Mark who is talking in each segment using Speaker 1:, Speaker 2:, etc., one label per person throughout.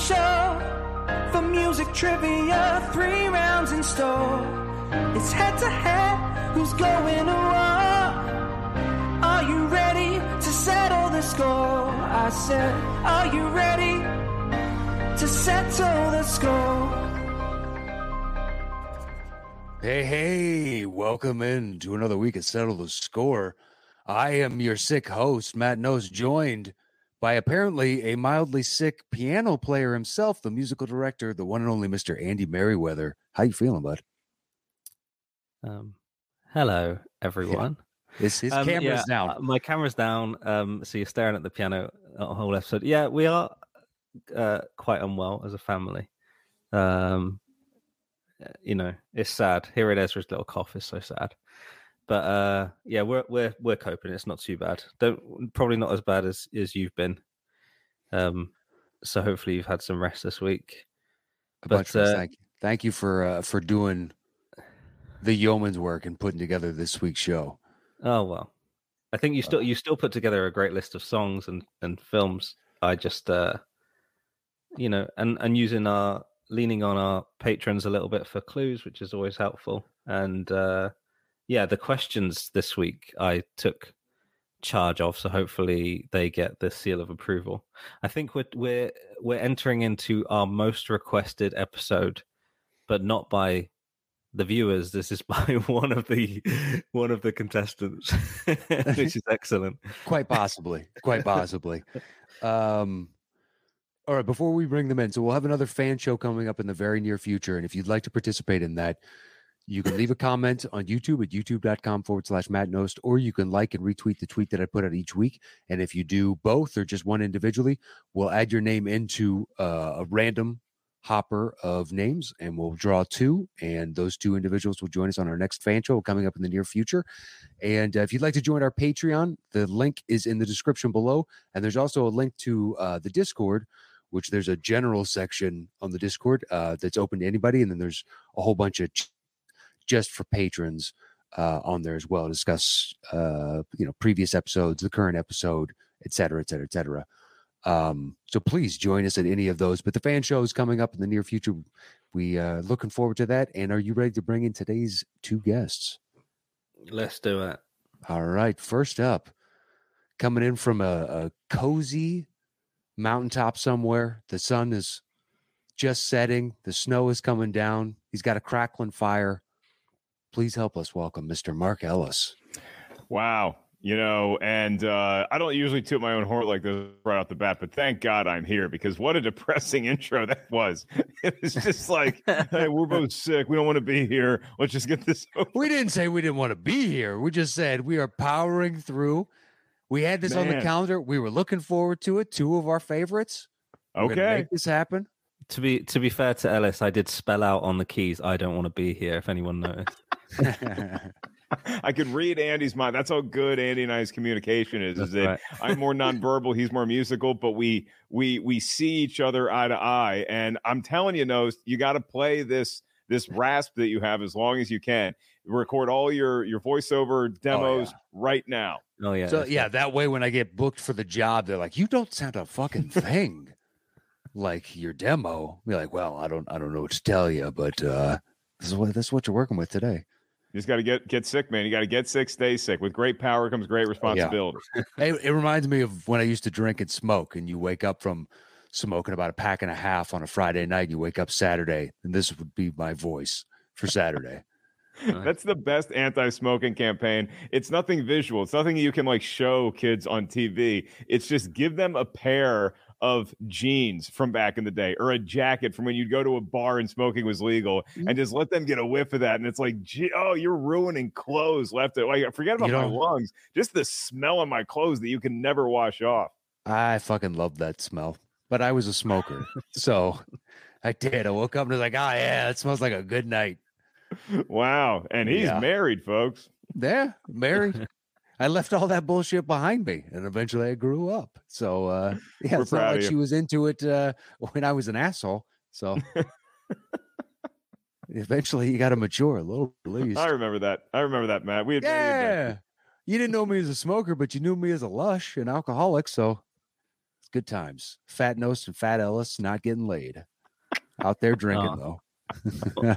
Speaker 1: show for music trivia. Three rounds in store. It's head to head. Who's going to war? Are you ready to settle the score? I said, Are you ready to settle the score?
Speaker 2: Hey, hey, welcome in to another week of Settle the Score. I am your sick host, Matt Nose, joined by apparently a mildly sick piano player himself, the musical director, the one and only Mr. Andy Merriweather. How you feeling, bud?
Speaker 3: Um, hello, everyone.
Speaker 2: His, his
Speaker 3: Um,
Speaker 2: camera's
Speaker 3: yeah,
Speaker 2: down.
Speaker 3: uh, My camera's down. Um, so you're staring at the piano a whole episode. Yeah, we are uh, quite unwell as a family. Um, uh, you know, it's sad. Here it is. Ezra's little cough is so sad. But uh, yeah, we're we're we're coping. It's not too bad. Don't probably not as bad as as you've been. Um, so hopefully you've had some rest this week.
Speaker 2: A bunch
Speaker 3: but,
Speaker 2: of us,
Speaker 3: uh,
Speaker 2: thank you. Thank you for uh, for doing the yeoman's work and putting together this week's show.
Speaker 3: Oh well, I think you still you still put together a great list of songs and and films. I just uh, you know, and and using our leaning on our patrons a little bit for clues, which is always helpful. And uh, yeah, the questions this week I took charge of, so hopefully they get the seal of approval. I think we're we're we're entering into our most requested episode, but not by the viewers this is by one of the one of the contestants which is excellent
Speaker 2: Quite possibly. quite possibly. Um, all right, before we bring them in, so we'll have another fan show coming up in the very near future. And if you'd like to participate in that, you can leave a comment on YouTube at youtube.com forward slash Matt Nost, or you can like and retweet the tweet that I put out each week. And if you do both or just one individually, we'll add your name into uh, a random hopper of names and we'll draw two. And those two individuals will join us on our next fan show coming up in the near future. And uh, if you'd like to join our Patreon, the link is in the description below. And there's also a link to uh, the Discord, which there's a general section on the Discord uh, that's open to anybody. And then there's a whole bunch of ch- just for patrons uh, on there as well to discuss, uh, you know, previous episodes, the current episode, et cetera, et cetera, et cetera. Um, so please join us at any of those. But the fan show is coming up in the near future. We uh, looking forward to that. And are you ready to bring in today's two guests?
Speaker 3: let's do it
Speaker 2: All right. First up, coming in from a, a cozy mountaintop somewhere. The sun is just setting, the snow is coming down. He's got a crackling fire. Please help us welcome Mr. Mark Ellis.
Speaker 4: Wow. You know, and uh, I don't usually toot my own horn like this right off the bat, but thank God I'm here because what a depressing intro that was. It was just like, hey, we're both sick. We don't want to be here. Let's just get this over.
Speaker 2: We didn't say we didn't want to be here. We just said we are powering through. We had this on the
Speaker 4: Man.
Speaker 2: calendar. We were looking forward to it. Two of our favorites. We're gonna
Speaker 4: Okay.
Speaker 2: Make this happen.
Speaker 3: to be to be fair to ellis i did spell out on the keys i don't want to be here if anyone noticed
Speaker 4: I could read Andy's mind. That's how good Andy and I's communication is.
Speaker 3: That's
Speaker 4: Is that
Speaker 3: right.
Speaker 4: I'm more nonverbal, he's more musical, but we we we see each other eye to eye. And I'm telling you, Nose, you got to play this this rasp that you have as long as you can. Record all your your voiceover demos right now.
Speaker 3: oh yeah
Speaker 2: so
Speaker 3: that's
Speaker 2: yeah, that way when I get booked for the job, they're like, "You don't sound a fucking thing." like your demo, be like, "Well, I don't, I don't know what to tell you, but uh, this is what this is what you're working with today."
Speaker 4: You just got to get get sick, man. You got to get sick, stay sick. With great power comes great responsibility.
Speaker 2: It, it reminds me of when I used to drink and smoke, and you wake up from smoking about a pack and a half on a Friday night, and you wake up Saturday, and this would be my voice for Saturday.
Speaker 3: nice.
Speaker 4: That's the best anti-smoking campaign. It's nothing visual. It's nothing you can like show kids on TV. It's just give them a pair of jeans from back in the day or a jacket from when you'd go to a bar and smoking was legal
Speaker 2: Mm-hmm.
Speaker 4: and just let them get a whiff of that and it's like gee, oh you're ruining clothes left it like forget about
Speaker 2: You
Speaker 4: my
Speaker 2: don't-
Speaker 4: lungs just the smell of my clothes that you can never wash off
Speaker 2: I fucking love that smell. But I was a smoker. so I did. I woke up and was like, oh, yeah, it smells like a good night.
Speaker 4: wow and he's
Speaker 2: Yeah.
Speaker 4: married folks
Speaker 2: Yeah, married. I left all that bullshit behind me, and eventually I grew up. So uh, yeah,
Speaker 4: We're
Speaker 2: it's not
Speaker 4: proud of
Speaker 2: like
Speaker 4: you.
Speaker 2: she was into it uh, when I was an asshole. So eventually, you got to mature a little, at least.
Speaker 4: i remember that i remember that matt we had many adventures.
Speaker 2: yeah, you didn't know me as a smoker, but you knew me as a lush and alcoholic. So Good times. Fat Nose and Fat Ellis not getting laid. Out there drinking, though.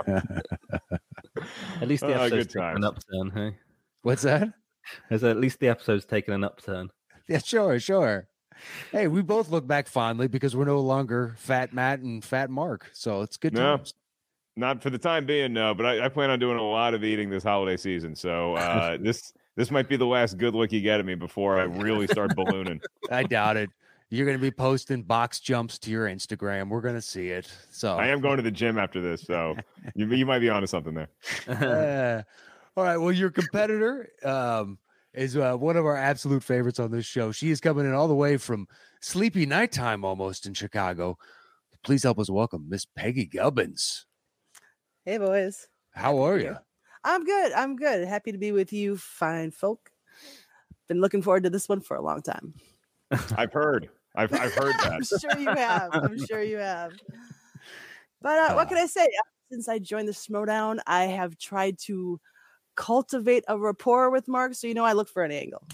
Speaker 3: At least the
Speaker 4: Ah, good
Speaker 3: episode's taken an
Speaker 4: times.
Speaker 3: upturn, hey?
Speaker 2: What's that?
Speaker 3: Has at least the episode's taken an upturn.
Speaker 2: Yeah, sure, sure. Hey, we both look back fondly because we're no longer Fat Matt and Fat Mark. So it's good
Speaker 4: No.
Speaker 2: times.
Speaker 4: Not for the time being, no. But I, I plan on doing a lot of eating this holiday season. So uh, this this might be the last good look you get at me before I really start ballooning.
Speaker 2: I doubt it. You're going to be posting box jumps to your Instagram. We're going to see it. So
Speaker 4: I am going to the gym after this, so you, you might be onto something there.
Speaker 2: Uh, all right. Well, your competitor um, is uh, one of our absolute favorites on this show. She is coming in all the way from sleepy nighttime almost in Chicago. Please help us welcome Miss Peggy Gubbins.
Speaker 5: Hey, boys.
Speaker 2: How are
Speaker 5: you.
Speaker 2: you?
Speaker 5: I'm good. I'm good. Happy to be with you, fine folk. Been looking forward to this one for a long time.
Speaker 4: I've heard. I've, I've heard that.
Speaker 5: I'm sure you have. I'm sure you have. But uh, what can
Speaker 4: Ah.
Speaker 5: I say? Since I joined the Schmodown, I have tried to cultivate a rapport with Mark. So, you know, I look for an angle.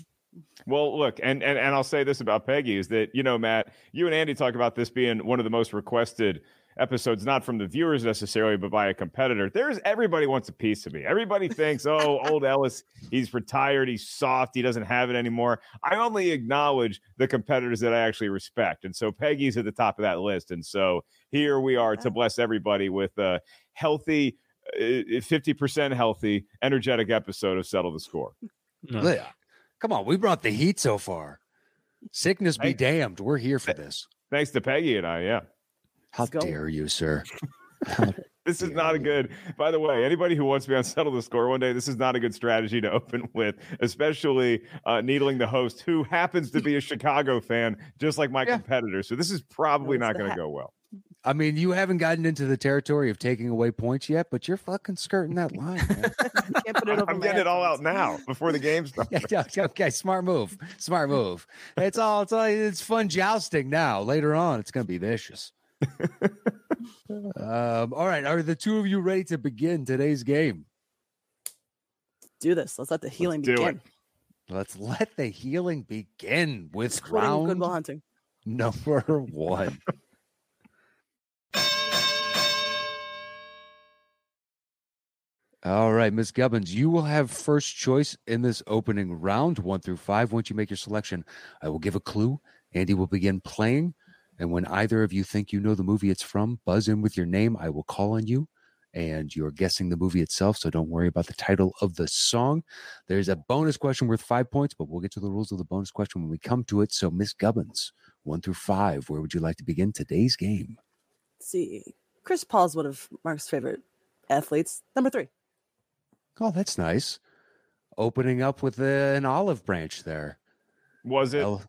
Speaker 4: Well, look, and, and and I'll say this about Peggy is that you know, Matt, you and Andy talk about this being one of the most requested episodes, not from the viewers necessarily, but by a competitor. There's everybody wants a piece of me. Everybody thinks, oh, old Ellis, he's retired, he's soft, he doesn't have it anymore. I only acknowledge the competitors that I actually respect, and so Peggy's at the top of that list. And so here we are to
Speaker 5: Yeah.
Speaker 4: bless everybody with a healthy. uh, Fifty percent healthy, energetic episode of Settle the Score.
Speaker 3: No.
Speaker 2: Look, Come on, we brought the heat so far. Sickness be
Speaker 4: Hey.
Speaker 2: damned. We're here for this.
Speaker 4: Thanks to Peggy and I. Yeah.
Speaker 2: How
Speaker 5: go.
Speaker 2: dare you, sir?
Speaker 4: This is
Speaker 2: Yeah,
Speaker 4: not a
Speaker 2: yeah.
Speaker 4: good. By the way, anybody who wants me on settle the score one day, this is not a good strategy to open with, especially uh, needling the host who happens to be a Chicago fan, just like my
Speaker 2: Yeah.
Speaker 4: competitor. So this is probably
Speaker 5: Notice
Speaker 4: not
Speaker 5: the
Speaker 4: going to
Speaker 5: hat.
Speaker 4: go well.
Speaker 2: I mean, you haven't gotten into the territory of taking away points yet, but you're fucking skirting that line. man.
Speaker 5: Can't put it
Speaker 4: I'm,
Speaker 5: over
Speaker 4: I'm
Speaker 5: my
Speaker 4: getting it all out
Speaker 5: headphones.
Speaker 4: now before the game starts.
Speaker 2: Yeah, yeah, okay, smart move. Smart move. It's all it's all it's fun jousting now. Later on, it's gonna be vicious. um, all right. Are the two of you ready to begin today's game?
Speaker 5: Do this. Let's let the healing
Speaker 4: do it.
Speaker 5: begin.
Speaker 2: Let's let the healing begin with
Speaker 5: Including
Speaker 2: round
Speaker 5: Goodwill Hunting.
Speaker 2: number one. All right, Miss Gubbins, you will have first choice in this opening round one through five. Once you make your selection, I will give a clue. Andy will begin playing. And when either of you think you know the movie it's from, buzz in with your name. I will call on you. And you're guessing the movie itself, so don't worry about the title of the song. There's a bonus question worth five points, but we'll get to the rules of the bonus question when we come to it. So, Miss Gubbins, one through five, where would you like to begin today's game?
Speaker 5: Let's see. Chris Paul's one of Mark's favorite athletes. Number three.
Speaker 2: Oh, that's nice. Opening up with uh, an olive branch there.
Speaker 4: Was it?
Speaker 2: Well,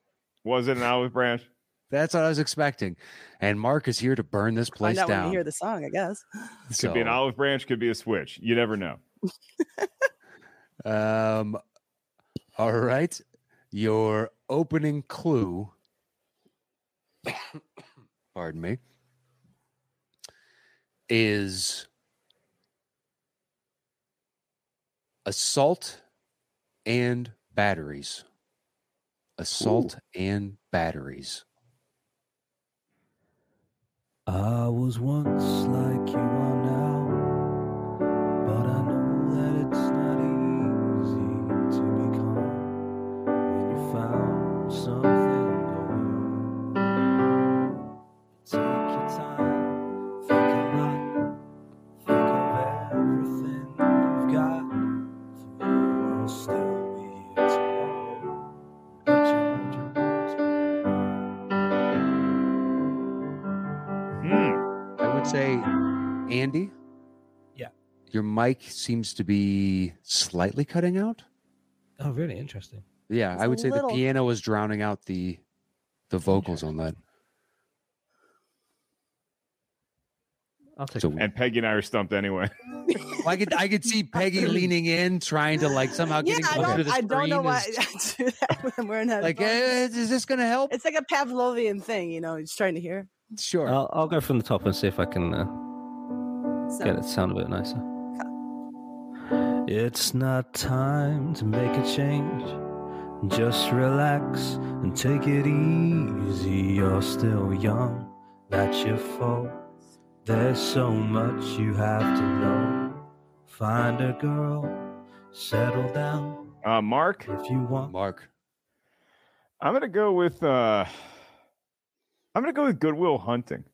Speaker 4: Was it an olive branch?
Speaker 2: that's what I was expecting. And Mark is here to burn this place
Speaker 5: Find out when
Speaker 2: down.
Speaker 5: you hear the song, I guess.
Speaker 4: Could be an
Speaker 2: So-
Speaker 4: olive branch. Could be a switch. You never know.
Speaker 2: Um, all right. Your opening clue. pardon me. Is assault and batteries. Assault and batteries.
Speaker 6: I was once like you are now, but I know that it's not easy to be calm when you found something going on. Take your time, think a lot, think of everything you've got. For you will still be here tomorrow, but you're
Speaker 4: Hmm.
Speaker 2: I would say, Andy.
Speaker 6: Yeah.
Speaker 2: Your mic seems to be slightly cutting out.
Speaker 6: Oh, really interesting.
Speaker 2: Yeah,
Speaker 5: Just
Speaker 2: I
Speaker 5: a
Speaker 2: would say the
Speaker 5: little.
Speaker 2: piano was drowning out the the vocals on that.
Speaker 3: I'll take
Speaker 2: So-
Speaker 3: it.
Speaker 4: And Peggy and I are stumped anyway.
Speaker 2: I could I could see Peggy leaning in, trying to like somehow
Speaker 5: yeah,
Speaker 2: getting
Speaker 5: I
Speaker 2: closer to
Speaker 5: don't,
Speaker 2: the
Speaker 5: I don't know
Speaker 2: screen
Speaker 5: why
Speaker 2: is-
Speaker 5: I do that when I'm wearing
Speaker 2: like,
Speaker 5: headphones.
Speaker 2: eh, is this gonna help?
Speaker 5: It's like a Pavlovian thing, you know. He's trying to hear.
Speaker 2: sure.
Speaker 3: I'll, I'll go from the top and see if I can uh,
Speaker 5: So,
Speaker 3: get it to sound a bit nicer.
Speaker 6: It's not time to make a change.
Speaker 3: Just relax and take it easy. You're still young, that's your fault. There's so much you have to know. Find a girl, settle down
Speaker 4: Uh, Mark,
Speaker 3: if you want.
Speaker 2: Mark.
Speaker 4: I'm gonna go with uh, I'm gonna go with Goodwill Hunting.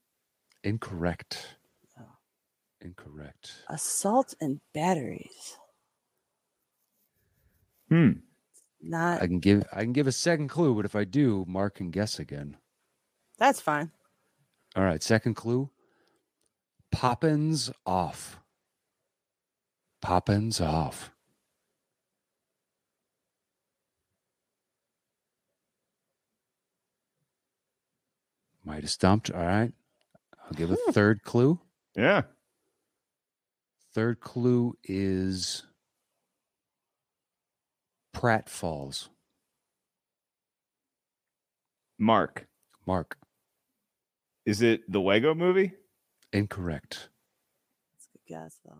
Speaker 2: Incorrect.
Speaker 5: Oh.
Speaker 2: Incorrect.
Speaker 5: Assault and batteries.
Speaker 4: Hmm.
Speaker 5: Not
Speaker 2: I can give I can give a second clue, but if I do, Mark can guess again.
Speaker 5: that's fine.
Speaker 2: All right, second clue. Poppins off. Poppins off. Might have stumped. All right. I'll give a third clue.
Speaker 4: Yeah.
Speaker 2: Third clue is Pratt Falls.
Speaker 4: Mark,
Speaker 2: Mark,
Speaker 4: is it the Lego Movie?
Speaker 2: incorrect.
Speaker 5: That's a good guess though.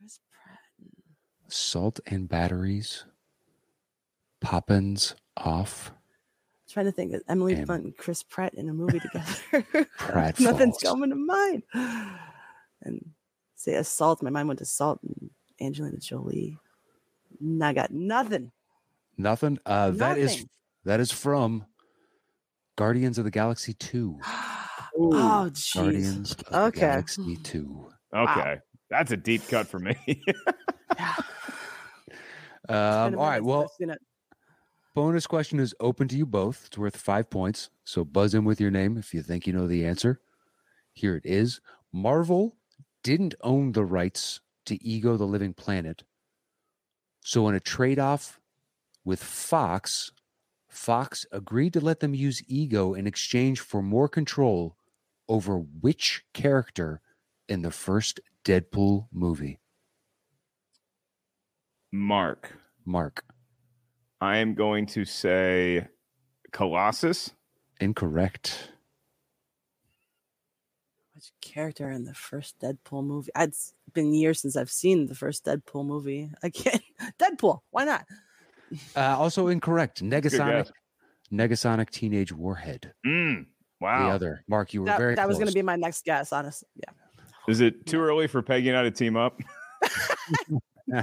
Speaker 5: Where's Pratt?
Speaker 2: Salt and batteries. Poppins off.
Speaker 5: trying to think of Emily
Speaker 2: And-
Speaker 5: Blunt and Chris Pratt in a movie together.
Speaker 2: Pratt
Speaker 5: Nothing's
Speaker 2: falls.
Speaker 5: coming to mind. And say assault. My mind went to salt and Angelina Jolie. And I got nothing.
Speaker 2: Nothing. Uh, that is
Speaker 5: Nothing.
Speaker 2: that is from Guardians of the Galaxy Two.
Speaker 5: Oh jeez.
Speaker 2: Guardians of
Speaker 5: Okay.
Speaker 2: the Galaxy Two.
Speaker 4: Okay, that's a deep cut for me.
Speaker 2: Um,
Speaker 5: Been a
Speaker 2: all right.
Speaker 5: minute
Speaker 2: Well,
Speaker 5: since I've seen it.
Speaker 2: bonus question is open to you both. It's worth five points. So buzz in with your name if you think you know the answer. Here it is. Marvel didn't own the rights to Ego the Living Planet. So, in a trade off with Fox, Fox agreed to let them use Ego in exchange for more control over which character in the first Deadpool movie.
Speaker 4: Mark,
Speaker 2: Mark,
Speaker 4: I am going to say Colossus.
Speaker 2: incorrect.
Speaker 5: Which character in the first Deadpool movie? It's been years since I've seen the first Deadpool movie. I can't. Deadpool. Why not?
Speaker 2: Uh, also incorrect. Negasonic,
Speaker 4: guess.
Speaker 2: Negasonic Teenage Warhead.
Speaker 4: Mm, wow.
Speaker 2: The other Mark, you were
Speaker 5: That,
Speaker 2: very.
Speaker 5: that was going to
Speaker 2: close.
Speaker 5: be my next guess. Honestly, yeah.
Speaker 4: Is it too early for Peggy and I to team up?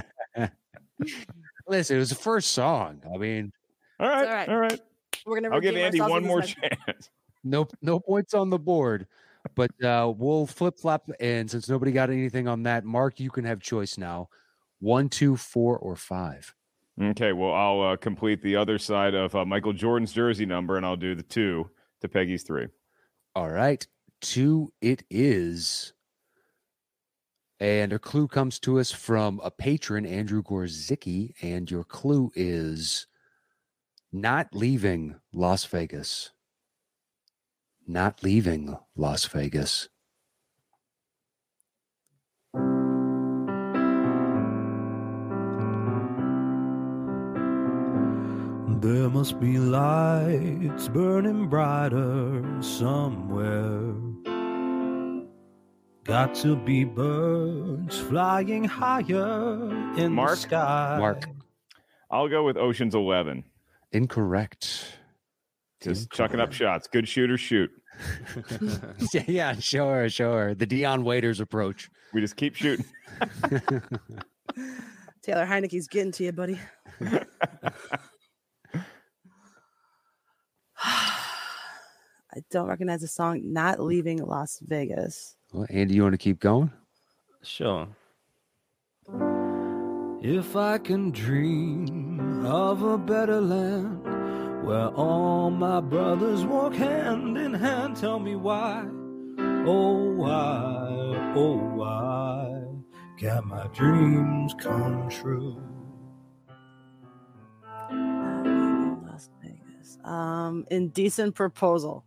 Speaker 2: Listen, it was the first song. I mean,
Speaker 4: All right,
Speaker 5: all right.
Speaker 4: all right.
Speaker 5: We're going to.
Speaker 4: I'll give Andy one more chance.
Speaker 2: no, no points on the board, but uh, we'll flip flop. And since nobody got anything on that, Mark, you can have choice now: one, two, four, or five.
Speaker 4: Okay, well, I'll uh, complete the other side of uh, Michael Jordan's jersey number, and I'll do the two to Peggy's three.
Speaker 2: All right, two it is. And a clue comes to us from a patron, Andrew Gorzicki, and your clue is not leaving Las Vegas. Not leaving Las Vegas.
Speaker 3: There must be lights burning brighter somewhere. Got to be birds flying higher in the
Speaker 4: Mark?
Speaker 3: sky.
Speaker 2: Mark.
Speaker 4: I'll go with Ocean's Eleven.
Speaker 2: Incorrect.
Speaker 4: Just chucking up shots. Good shooter, shoot.
Speaker 2: yeah, yeah, sure, sure. The Dion Waiters approach.
Speaker 4: We just keep shooting.
Speaker 5: Taylor Heineke's getting to you, buddy. I don't recognize the song Not Leaving Las Vegas.
Speaker 2: Well, Andy, you want to keep going?
Speaker 7: Sure.
Speaker 3: If I can dream of a better land where all my brothers walk hand in hand, tell me why, oh why, oh why, can my dreams come true?
Speaker 5: Not Leaving Las Vegas. Um, Indecent Proposal.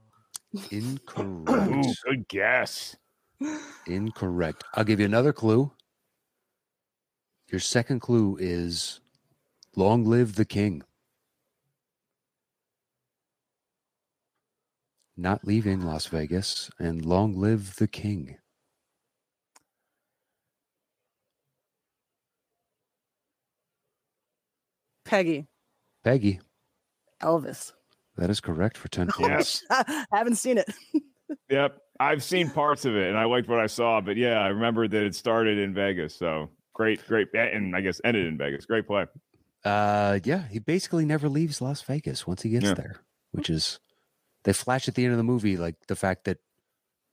Speaker 2: Incorrect.
Speaker 4: Ooh, good guess.
Speaker 2: Incorrect. I'll give you another clue. Your second clue is long live the king. Not leaving Las Vegas and long live the king.
Speaker 5: Peggy.
Speaker 2: Peggy.
Speaker 5: Elvis.
Speaker 2: That is correct for 10 points.
Speaker 5: Haven't seen it.
Speaker 4: Yep. I've seen parts of it and I liked what I saw, but yeah, I remember that it started in Vegas. So great, great. And I guess ended in Vegas. Great play.
Speaker 2: Uh, yeah, he basically never leaves Las Vegas once he gets
Speaker 4: Yeah.
Speaker 2: there, which is they flash at the end of the movie like the fact that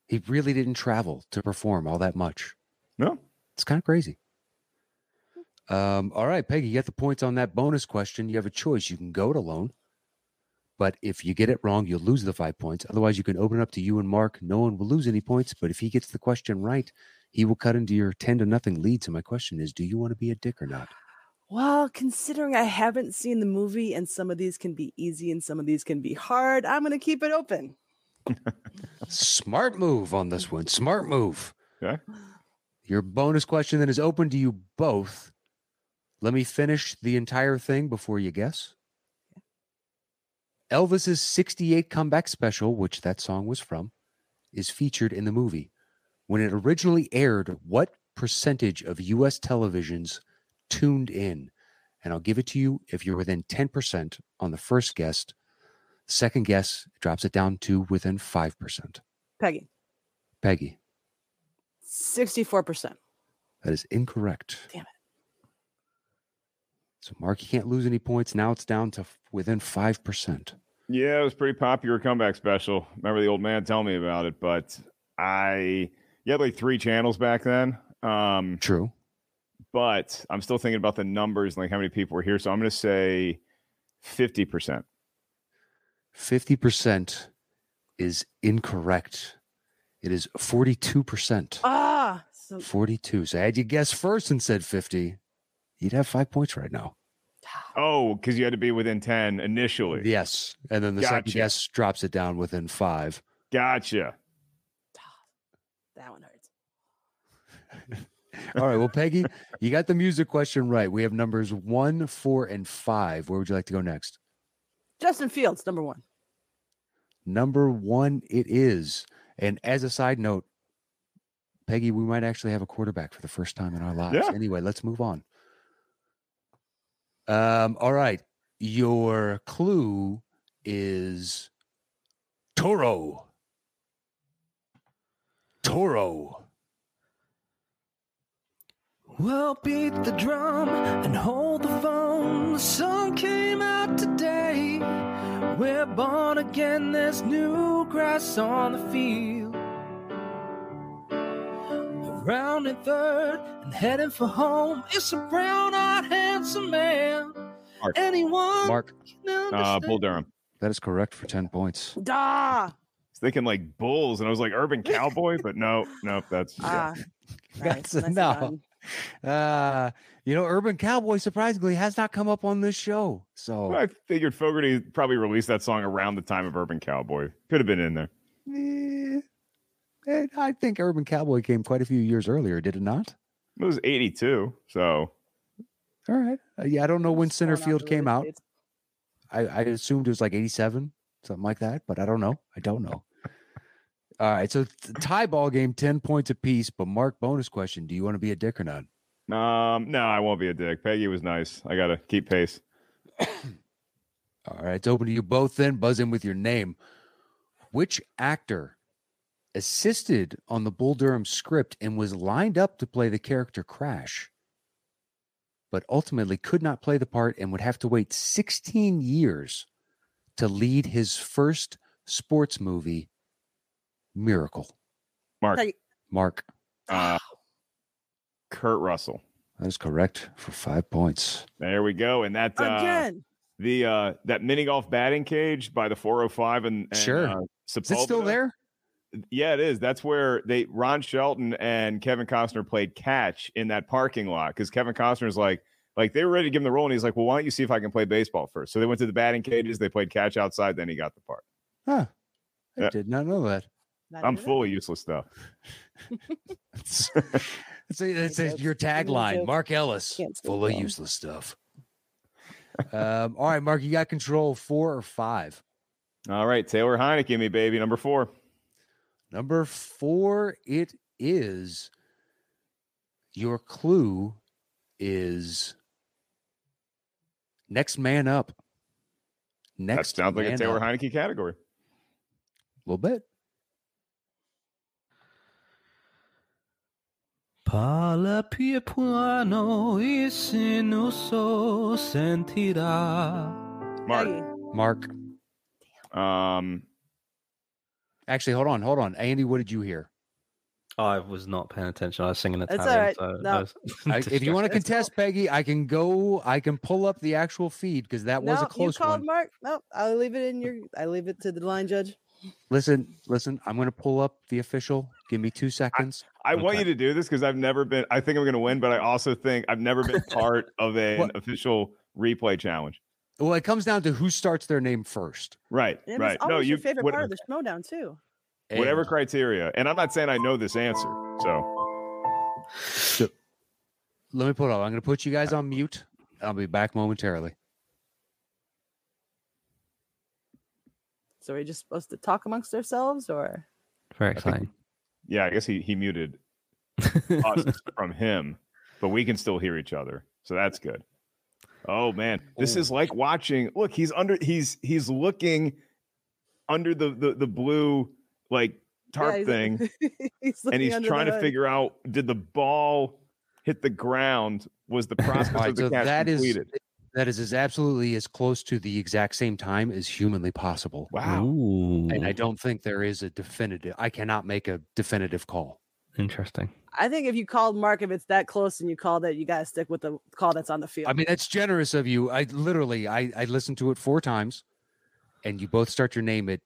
Speaker 2: he really didn't travel to perform all that much.
Speaker 4: No.
Speaker 2: It's kind of crazy. Um, all right, Peggy, you got the points on that bonus question. You have a choice. You can go it alone, but if you get it wrong, you'll lose the five points. Otherwise, you can open it up to you and Mark. No one will lose any points, but if he gets the question right, he will cut into your 10 to nothing lead. So, my question is do you want to be a dick or not?
Speaker 5: Well, considering I haven't seen the movie and some of these can be easy and some of these can be hard, I'm going to keep it open.
Speaker 2: Smart move on this one. Smart move.
Speaker 4: Okay.
Speaker 2: Your bonus question then is open to you both. Let me finish the entire thing before you guess. Elvis's 68 comeback special, which that song was from, is featured in the movie. When it originally aired, what percentage of US televisions tuned in? And I'll give it to you if you're within 10% on the first guess. Second guess drops it down to within 5%.
Speaker 5: Peggy,
Speaker 2: Peggy,
Speaker 5: 64%.
Speaker 2: that is incorrect.
Speaker 5: Damn it.
Speaker 2: So, Mark, you can't lose any points. Now it's down to f- within 5%.
Speaker 4: Yeah, it was pretty popular comeback special. Remember the old man telling me about it, but I you had like three channels back then. Um
Speaker 2: True.
Speaker 4: but I'm still thinking about the numbers, like how many people were here. So I'm going to say 50%.
Speaker 2: 50% is incorrect. It is 42%.
Speaker 5: Ah, so
Speaker 2: 42. So, had you guessed first and said 50, you'd have five points right now.
Speaker 4: Oh, because you had to be within 10 initially.
Speaker 2: Yes. And then the second
Speaker 4: Gotcha.
Speaker 2: guess drops it down within five.
Speaker 4: Gotcha.
Speaker 5: that one hurts.
Speaker 2: All right. Well, Peggy, you got the music question right. We have numbers one, four, and five. Where would you like to go next?
Speaker 5: Justin Fields, number one.
Speaker 2: Number one, it is. And as a side note, Peggy, we might actually have a quarterback for the first time in our lives.
Speaker 4: Yeah.
Speaker 2: Anyway, let's move on. Um, all right. Your clue is Toro. Toro.
Speaker 6: Well, beat the drum and hold the phone. The sun came out today. We're born again, there's new grass on the field. Around in third and heading for home. It's a brown eyed, handsome man.
Speaker 4: Mark.
Speaker 6: Anyone
Speaker 2: Mark,
Speaker 6: can
Speaker 4: Uh,
Speaker 6: understand.
Speaker 4: Bull Durham. I
Speaker 2: that is correct for 10 points.
Speaker 5: Ah,
Speaker 4: was thinking like bulls, and I was like urban cowboy, but no, no, that's yeah.
Speaker 5: ah.
Speaker 2: That's
Speaker 5: nicely
Speaker 2: enough.
Speaker 5: done.
Speaker 2: Uh, you know, Urban Cowboy surprisingly has not come up on this show. So
Speaker 4: I figured Fogerty probably released that song around the time of Urban Cowboy. Could have been in there.
Speaker 2: Eh, eh, I think Urban Cowboy came quite a few years earlier, did it not?
Speaker 4: It was 82. So
Speaker 2: All right. Uh, yeah, I don't know when
Speaker 5: What's going on
Speaker 2: Centerfield
Speaker 5: in
Speaker 2: came
Speaker 5: the
Speaker 2: out.
Speaker 5: States?
Speaker 2: I, I assumed it was like 87, something like that, but I don't know. I don't know. All right. So t- tie ball game, 10 points apiece. But Mark, bonus question Do you want to be a dick or not?
Speaker 4: um, no, I won't be a dick. Peggy was nice. I got to keep pace.
Speaker 2: All right, it's open to you both then. Buzz in with your name. Which actor assisted on the Bull Durham script and was lined up to play the character Crash, but ultimately could not play the part and would have to wait 16 years to lead his first sports movie, Miracle?
Speaker 4: Mark,
Speaker 5: Peggy.
Speaker 2: Mark,
Speaker 4: uh, Kurt Russell.
Speaker 2: that is correct for five points.
Speaker 4: There we go. And that, uh,
Speaker 5: Again.
Speaker 4: the uh that mini golf batting cage by the 405 and, and
Speaker 2: Sure.
Speaker 4: uh,
Speaker 2: Is it still
Speaker 4: Sepulveda.
Speaker 2: there?
Speaker 4: Yeah, it is. That's where they Ron Shelton and Kevin Costner played catch in that parking lot because Kevin Costner's like like they were ready to give him the role and he's like, well, why don't you see if I can play baseball first? So they went to the batting cages. They played catch outside. Then he got the part.
Speaker 2: Huh. I
Speaker 4: Yeah.
Speaker 2: did not know that.
Speaker 5: Not
Speaker 4: I'm
Speaker 5: even-
Speaker 4: full of useless stuff.
Speaker 2: It's, it's, a- it's a-
Speaker 5: jokes.
Speaker 2: your
Speaker 5: Any
Speaker 2: tagline,
Speaker 5: jokes.
Speaker 2: Mark Ellis,
Speaker 5: Can't speak
Speaker 2: full of
Speaker 5: well.
Speaker 2: useless stuff. um, all right, Mark, you got control four or five.
Speaker 4: All right, Taylor Heineke, me baby, number four.
Speaker 2: Number four, it is your clue is next man up.
Speaker 4: That
Speaker 2: Next,
Speaker 4: sounds like a
Speaker 2: man
Speaker 4: Taylor
Speaker 2: up.
Speaker 4: Heineke category.
Speaker 2: little bit.
Speaker 6: Par la pie puano y sin uso sentirá.
Speaker 4: Mark.
Speaker 5: Maggie.
Speaker 2: Mark,
Speaker 4: Um,
Speaker 2: actually, hold on, hold on. Andy, what did you hear?
Speaker 3: I was not paying attention. I was singing
Speaker 5: That's all
Speaker 3: Italian.
Speaker 5: right.
Speaker 3: so I
Speaker 5: No.
Speaker 3: was
Speaker 2: I, if you want to
Speaker 3: distracted.
Speaker 2: contest, Peggy, I can go. I can pull up the actual feed because that was
Speaker 5: no,
Speaker 2: a close
Speaker 5: you called
Speaker 2: one.
Speaker 5: Mark. No, I'll leave it in your. I leave it to the line judge.
Speaker 2: Listen, listen. I'm going to pull up the official. Give me two seconds.
Speaker 4: I want
Speaker 3: Okay.
Speaker 4: you to do this because I've never been. I think I'm going to win, but I also think I've never been part of an
Speaker 2: What?
Speaker 4: official replay challenge.
Speaker 2: Well, it comes down to who starts their name first.
Speaker 4: Right,
Speaker 5: And
Speaker 4: right.
Speaker 5: it's always
Speaker 4: No, you
Speaker 5: your favorite
Speaker 4: what-
Speaker 5: part of the showdown too.
Speaker 4: whatever
Speaker 2: And-
Speaker 4: criteria. And I'm not saying I know this answer. So
Speaker 2: let me put up. I'm going to put you guys on mute. I'll be back momentarily.
Speaker 5: So we're just supposed to talk amongst ourselves, or
Speaker 3: Very
Speaker 4: I think-
Speaker 3: exciting.
Speaker 4: yeah, I guess he he muted us from him, but we can still hear each other. So that's good. Oh man, this is like watching. Look, he's under. He's he's looking under the the, the blue like tarp
Speaker 5: Yeah, he's-
Speaker 4: thing.
Speaker 5: he's
Speaker 4: and
Speaker 5: looking
Speaker 4: he's
Speaker 5: under
Speaker 4: trying
Speaker 5: the
Speaker 4: to
Speaker 5: hood.
Speaker 4: figure out did the ball hit the ground? Was the
Speaker 2: All
Speaker 4: process
Speaker 2: right,
Speaker 4: of the
Speaker 2: so
Speaker 4: catch
Speaker 2: that is
Speaker 4: completed?
Speaker 2: that is as absolutely as close to the exact same time as humanly possible.
Speaker 4: wow,
Speaker 2: And I
Speaker 3: Ooh,
Speaker 2: don't think there is a definitive. I cannot make a definitive call.
Speaker 3: Interesting.
Speaker 5: I think if you called Mark, if it's that close and you called it, you gotta stick with the call that's on the field.
Speaker 2: I mean, that's generous of you. I literally, I, I listened to it four times, and you both start your name at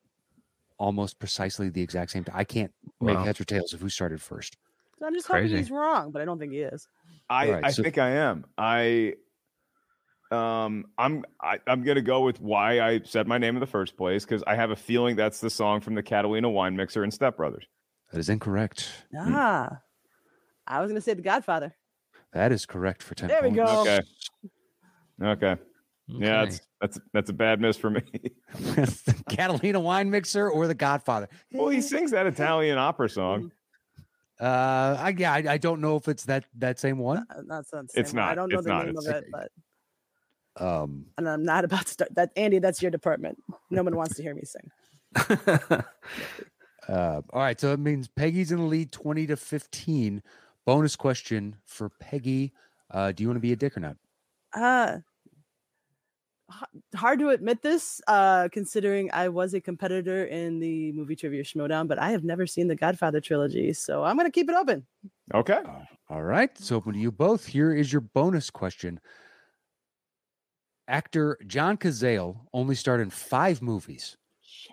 Speaker 2: almost precisely the exact same time. I can't make
Speaker 3: Wow.
Speaker 2: heads or tails of who started first.
Speaker 5: so I'm just
Speaker 3: crazy.
Speaker 5: hoping he's wrong, but I don't think he is.
Speaker 4: I,
Speaker 2: Right,
Speaker 4: I
Speaker 2: so-
Speaker 4: think I am. I um I'm I, I'm gonna go with why I said my name in the first place because I have a feeling that's the song from the Catalina Wine Mixer and Step Brothers.
Speaker 2: That is incorrect.
Speaker 4: Hmm.
Speaker 5: Ah, I was gonna say the Godfather.
Speaker 2: That is correct for ten.
Speaker 5: There we
Speaker 2: points.
Speaker 5: go.
Speaker 4: Okay, okay, yeah,
Speaker 3: Okay.
Speaker 4: that's that's that's a bad miss for me.
Speaker 2: the Catalina wine mixer or the Godfather.
Speaker 4: well, he sings that Italian opera song.
Speaker 2: Uh, I yeah, I, I don't know if it's that that same one.
Speaker 5: Uh, That's not. the
Speaker 4: Hmm. It's
Speaker 5: same one. I
Speaker 4: not,
Speaker 5: don't know
Speaker 4: it's
Speaker 5: the
Speaker 4: not,
Speaker 5: name of
Speaker 4: it's-
Speaker 5: it, but
Speaker 2: Um,
Speaker 5: and I'm not about to start that. Andy, that's your department. No one wants to hear me sing.
Speaker 2: uh, all right, so it means Peggy's in the lead, twenty to fifteen. Bonus question for Peggy: uh, Do you want to be a dick or not?
Speaker 5: Uh h- hard to admit this, uh, considering I was a competitor in the movie trivia showdown, but I have never seen the Godfather trilogy, so I'm gonna keep it open.
Speaker 4: Okay,
Speaker 2: All right, it's open to you both. Here is your bonus question. Actor John Cazale only starred in five movies:
Speaker 5: Shit.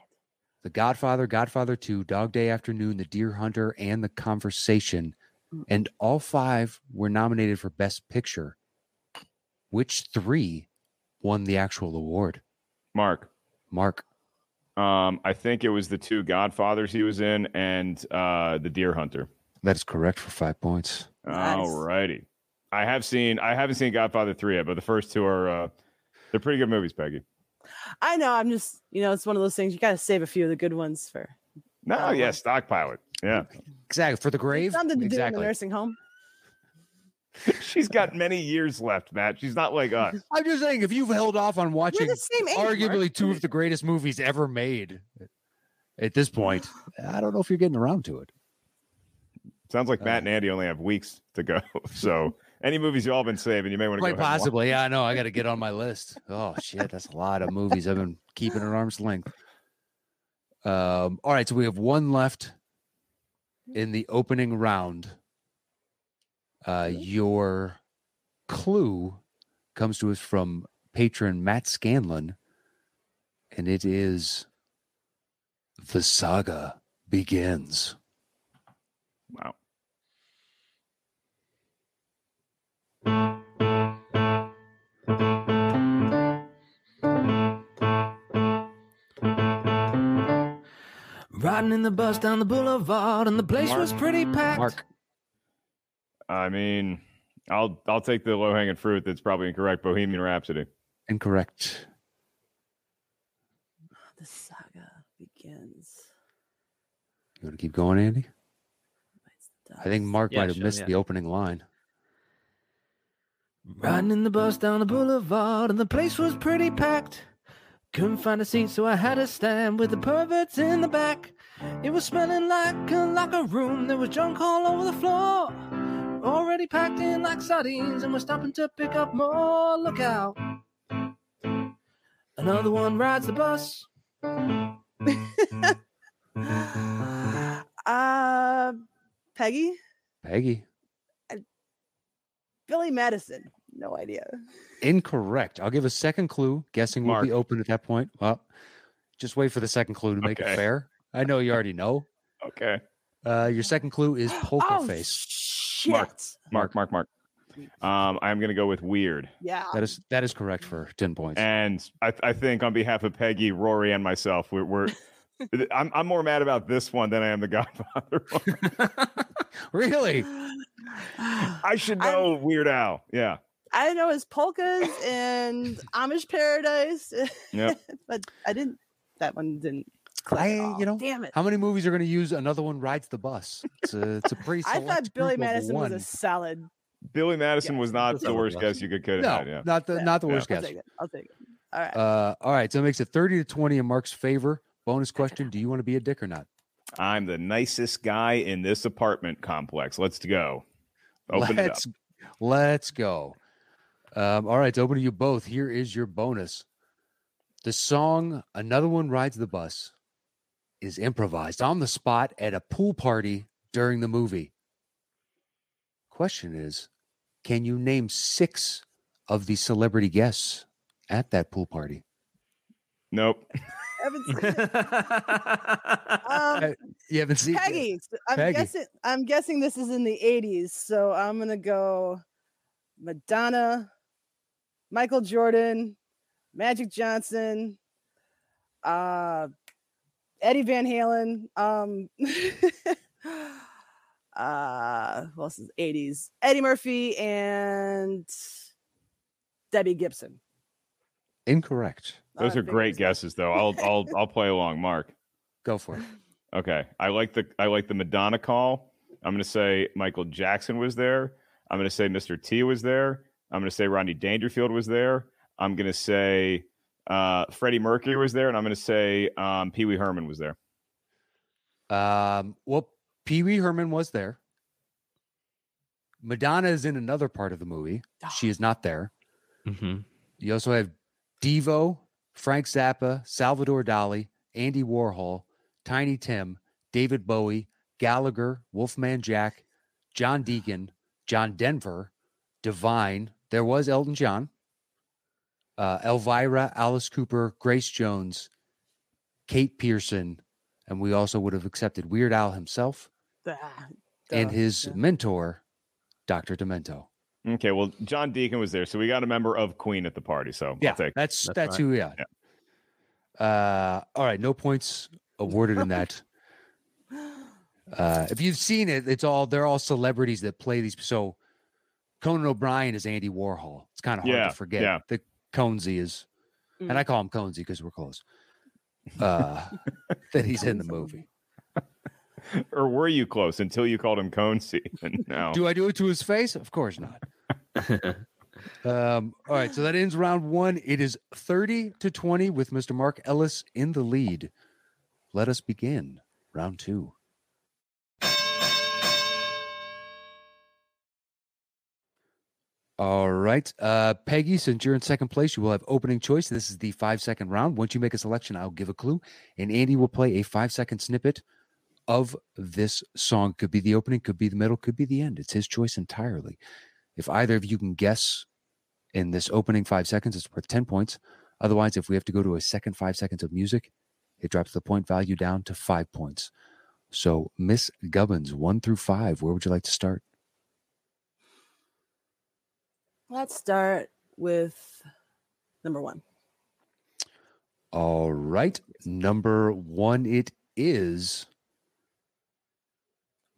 Speaker 2: The Godfather, Godfather Two, Dog Day Afternoon, The Deer Hunter, and The Conversation,
Speaker 5: Mm.
Speaker 2: and all five were nominated for Best Picture. Which three won the actual award?
Speaker 4: Mark.
Speaker 2: Mark.
Speaker 4: Um, I think it was the two Godfathers he was in and uh, the Deer Hunter.
Speaker 2: That is correct for five points.
Speaker 5: Nice.
Speaker 4: All righty. I have seen. I haven't seen Godfather three yet, but the first two are. Uh, they're pretty good movies, Peggy.
Speaker 5: I know, I'm just you know, it's one of those things you gotta save a few of the good ones for
Speaker 4: No,
Speaker 5: Oh,
Speaker 4: yeah,
Speaker 5: wow.
Speaker 4: stockpile it. Yeah,
Speaker 2: Exactly for the grave.
Speaker 5: something to do in
Speaker 2: exactly.
Speaker 5: the nursing home.
Speaker 4: she's got many years left, Matt. She's not like us.
Speaker 2: I'm just saying, if you've held off on
Speaker 5: We're
Speaker 2: watching
Speaker 5: the same age. Mark.
Speaker 2: arguably two of the greatest movies ever made at this point, I don't know if you're getting around to it.
Speaker 4: Sounds like Matt and Andy only have weeks to go. So any movies you all been saving, you may want to
Speaker 2: Quite
Speaker 4: go. ahead and watch.
Speaker 2: possibly. Yeah, I know. I got to get on my list. Oh, shit. That's a lot of movies I've been keeping at arm's length. Um, all right. So we have one left in the opening round. Uh, your clue comes to us from patron Matt Scanlon, and it is The Saga Begins.
Speaker 4: Wow.
Speaker 6: Riding in the bus down the boulevard, and the place
Speaker 4: Mark.
Speaker 6: was pretty packed.
Speaker 2: Mark,
Speaker 4: I mean, I'll I'll take the low hanging fruit. That's probably incorrect. Bohemian Rhapsody.
Speaker 2: incorrect.
Speaker 5: The saga begins.
Speaker 2: You want to keep going, Andy? I think Mark
Speaker 3: Yeah,
Speaker 2: might have
Speaker 3: sure,
Speaker 2: missed
Speaker 3: yeah.
Speaker 2: the opening line.
Speaker 6: Riding in the bus down the boulevard, and the place was pretty packed.
Speaker 3: Couldn't find a seat, so I had to stand with the perverts in the back. It was smelling like a locker room. There was junk all over the floor. Already packed in like sardines, and we're stopping to pick up more. Look out. Another one rides the bus.
Speaker 5: Uh, Peggy?
Speaker 2: Peggy.
Speaker 5: Billy Madison. No idea.
Speaker 2: Incorrect. I'll give a second clue. Guessing will be
Speaker 4: Mark.
Speaker 2: open at that point. Well, just wait for the second clue to make
Speaker 4: Okay.
Speaker 2: it fair. I know you already know.
Speaker 4: Okay.
Speaker 2: Uh, your second clue is poker
Speaker 5: oh,
Speaker 2: face.
Speaker 5: Shit.
Speaker 4: Mark. Mark, Mark, Mark. Um, I'm going to go with weird.
Speaker 5: Yeah.
Speaker 2: That is that is correct for ten points.
Speaker 4: And I, I think on behalf of Peggy, Rory, and myself, we're, we're I'm, I'm more mad about this one than I am the Godfather one.
Speaker 2: really?
Speaker 4: I should
Speaker 5: I'm-
Speaker 4: know Weird Al. Yeah.
Speaker 5: I know his polkas and Amish Paradise,
Speaker 4: Yep.
Speaker 5: but I didn't. That one didn't. click at
Speaker 2: I-
Speaker 5: all.
Speaker 2: you know,
Speaker 5: damn it!
Speaker 2: How many movies are going to use another one rides the bus? It's a, it's a pretty.
Speaker 5: I
Speaker 2: select
Speaker 5: thought Billy
Speaker 2: group of
Speaker 5: Madison was
Speaker 2: one.
Speaker 5: a salad.
Speaker 4: Billy Madison was not the
Speaker 3: Solid
Speaker 4: worst
Speaker 3: guess.
Speaker 4: guess you could could
Speaker 2: no,
Speaker 4: have had. Yeah.
Speaker 2: not the
Speaker 5: Yeah.
Speaker 2: not the worst
Speaker 5: I'll
Speaker 2: guess.
Speaker 5: take it. I'll take it. All right.
Speaker 2: Uh, all right, so it makes it thirty to twenty in Mark's favor. Bonus question: Do you want to be a dick or not?
Speaker 4: I'm the nicest guy in this apartment complex. Let's go. Open it up.
Speaker 2: let's let's go. Um, all right, it's open to you both. Here is your bonus. The song "Another One Rides the Bus" is improvised on the spot at a pool party during the movie. Question is, can you name six of the celebrity guests at that pool party?
Speaker 4: Nope.
Speaker 2: Uh,
Speaker 5: Haven't seen it.
Speaker 3: That's
Speaker 5: Um,
Speaker 2: You haven't seen
Speaker 5: Peggy. so I'm
Speaker 2: Peggy.
Speaker 5: guessing. I'm guessing this is in the '80s, so I'm gonna go Madonna, Michael Jordan, Magic Johnson, uh, Eddie Van Halen. Um, uh, who else is '80s? Eddie Murphy and Debbie Gibson.
Speaker 2: Incorrect.
Speaker 5: Oh,
Speaker 4: Those
Speaker 5: I
Speaker 4: are great
Speaker 5: figured
Speaker 4: guesses though. I'll I'll I'll play along, Mark.
Speaker 2: Go for it.
Speaker 4: Okay. I like the I like the Madonna call. I'm gonna say Michael Jackson was there. I'm gonna say Mr. T was there. I'm gonna say Rodney Dangerfield was there. I'm gonna say uh, Freddie Mercury was there, and I'm gonna say um, Pee Wee Herman was there.
Speaker 2: Um, well, Pee Wee Herman was there. Madonna is in another part of the movie. She is not there. Mm-hmm. You also have Devo, Frank Zappa, Salvador Dali, Andy Warhol, Tiny Tim, David Bowie, Gallagher, Wolfman Jack, John Deacon, John Denver, Divine. There was Elton John, uh, Elvira, Alice Cooper, Grace Jones, Kate Pearson, and we also would have accepted Weird Al himself
Speaker 5: that. Ah,
Speaker 2: and
Speaker 5: duh.
Speaker 2: his
Speaker 5: yeah.
Speaker 2: mentor, Dr. Demento.
Speaker 4: Okay, well, John Deacon was there, so we got a member of Queen at the party. So I'll take.
Speaker 2: that's
Speaker 3: That's
Speaker 2: that's,
Speaker 3: right.
Speaker 2: who we are. Uh, all right, no points awarded in that. Uh, if you've seen it, it's all they're all celebrities that play these. So Conan O'Brien is Andy Warhol. It's kind of hard
Speaker 4: Yeah,
Speaker 2: to forget
Speaker 4: yeah.
Speaker 2: that Conesy is, and I call him Conesy because we're close. Uh, that he's in the movie.
Speaker 4: Or were you close until you called him Cone Season? No.
Speaker 2: Do I do it to his face? Of course not. um, all right, so that ends round one. It is 30 to 20 with Mr. Mark Ellis in the lead. Let us begin round two. All right. Uh, Peggy, since you're in second place, you will have opening choice. This is the five second round. Once you make a selection, I'll give a clue, and Andy will play a five second snippet of this song. Could be the opening, could be the middle, could be the end. It's his choice entirely. If either of you can guess in this opening five seconds, it's worth 10 points. Otherwise, if we have to go to a second five seconds of music, it drops the point value down to five points. So, Miss Gubbins, one through five, where would you like to start?
Speaker 5: Let's start with number one.
Speaker 2: All right. Number one, it is.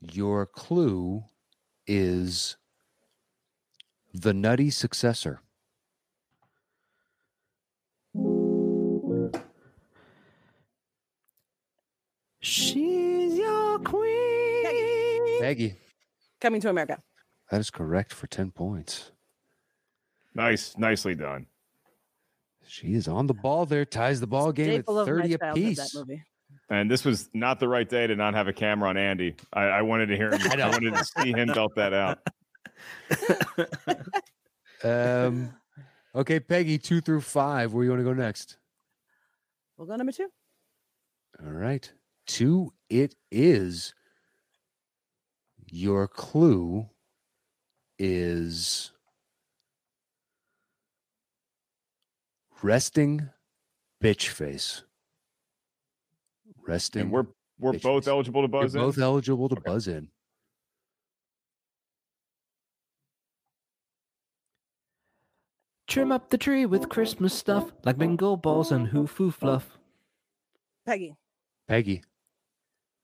Speaker 2: Your clue is the nutty successor.
Speaker 3: She's your queen.
Speaker 2: Maggie,
Speaker 5: Coming to America.
Speaker 2: that is correct for 10 points.
Speaker 4: Nice, nicely done.
Speaker 2: She is on the ball there, ties the ball game at
Speaker 5: Staple of my
Speaker 2: 30
Speaker 5: childhood,
Speaker 2: apiece.
Speaker 5: That movie.
Speaker 4: And this was not the right day to not have a camera on Andy. I, I wanted to hear him.
Speaker 2: I
Speaker 4: I,
Speaker 2: know.
Speaker 4: wanted to see him belt that out.
Speaker 2: Um, okay, Peggy, two through five. Where you want to go next?
Speaker 5: We'll go number two.
Speaker 2: All right. Two, it is. Your clue is resting bitch face. Resting.
Speaker 4: And we're we're
Speaker 2: Bitch
Speaker 4: both
Speaker 2: face.
Speaker 4: eligible to
Speaker 2: you're
Speaker 4: buzz in.
Speaker 2: both eligible to
Speaker 4: Okay.
Speaker 2: buzz in.
Speaker 3: Trim up the tree with Christmas stuff like bingo balls and hoo foo fluff.
Speaker 5: Peggy,
Speaker 2: Peggy,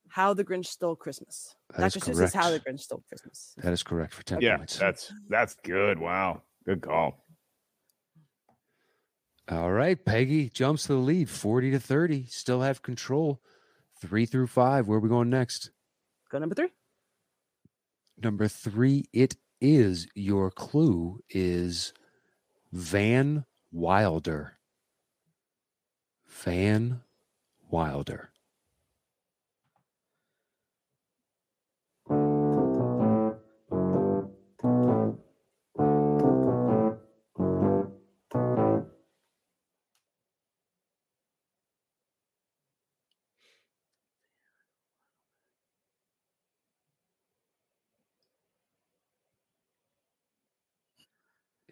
Speaker 5: How the Grinch Stole Christmas.
Speaker 2: that is
Speaker 5: Dr. Seuss's
Speaker 2: correct.
Speaker 5: How the Grinch Stole Christmas.
Speaker 2: That is correct for 10
Speaker 4: yeah,
Speaker 2: points.
Speaker 4: that's that's good. Wow, good call.
Speaker 2: All right, Peggy jumps to the lead, forty to thirty. Still have control, three through five. Where are we going next?
Speaker 5: Go number three.
Speaker 2: Number three. It is your clue is Van Wilder. Van Wilder.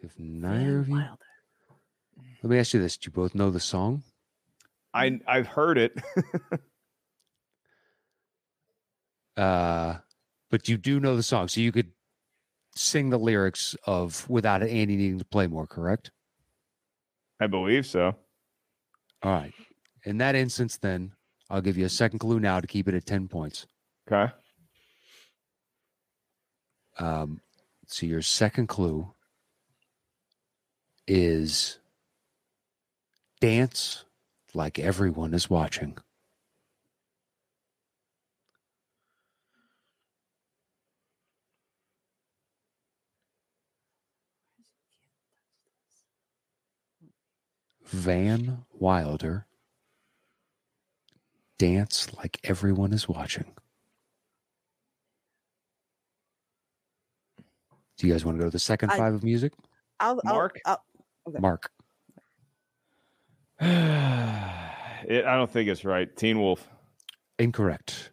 Speaker 2: If neither of you,
Speaker 5: Wilder.
Speaker 2: let me ask you this: Do you both know the song? Mm.
Speaker 4: I I've heard it.
Speaker 2: Uh, but you do know the song, so you could sing the lyrics of without Andy needing to play more. Correct.
Speaker 4: I believe so.
Speaker 2: All right. In that instance, then I'll give you a second clue now to keep it at 10 points.
Speaker 4: Okay.
Speaker 2: Um, so your second clue is dance like everyone is watching. Van Wilder, dance like everyone is watching. Do you guys want to go to the second
Speaker 5: I-
Speaker 2: five of music?
Speaker 5: I'll, I'll,
Speaker 4: Mark?
Speaker 5: I'll- Okay.
Speaker 2: Mark.
Speaker 4: it, I don't think it's right. Teen Wolf.
Speaker 2: Incorrect.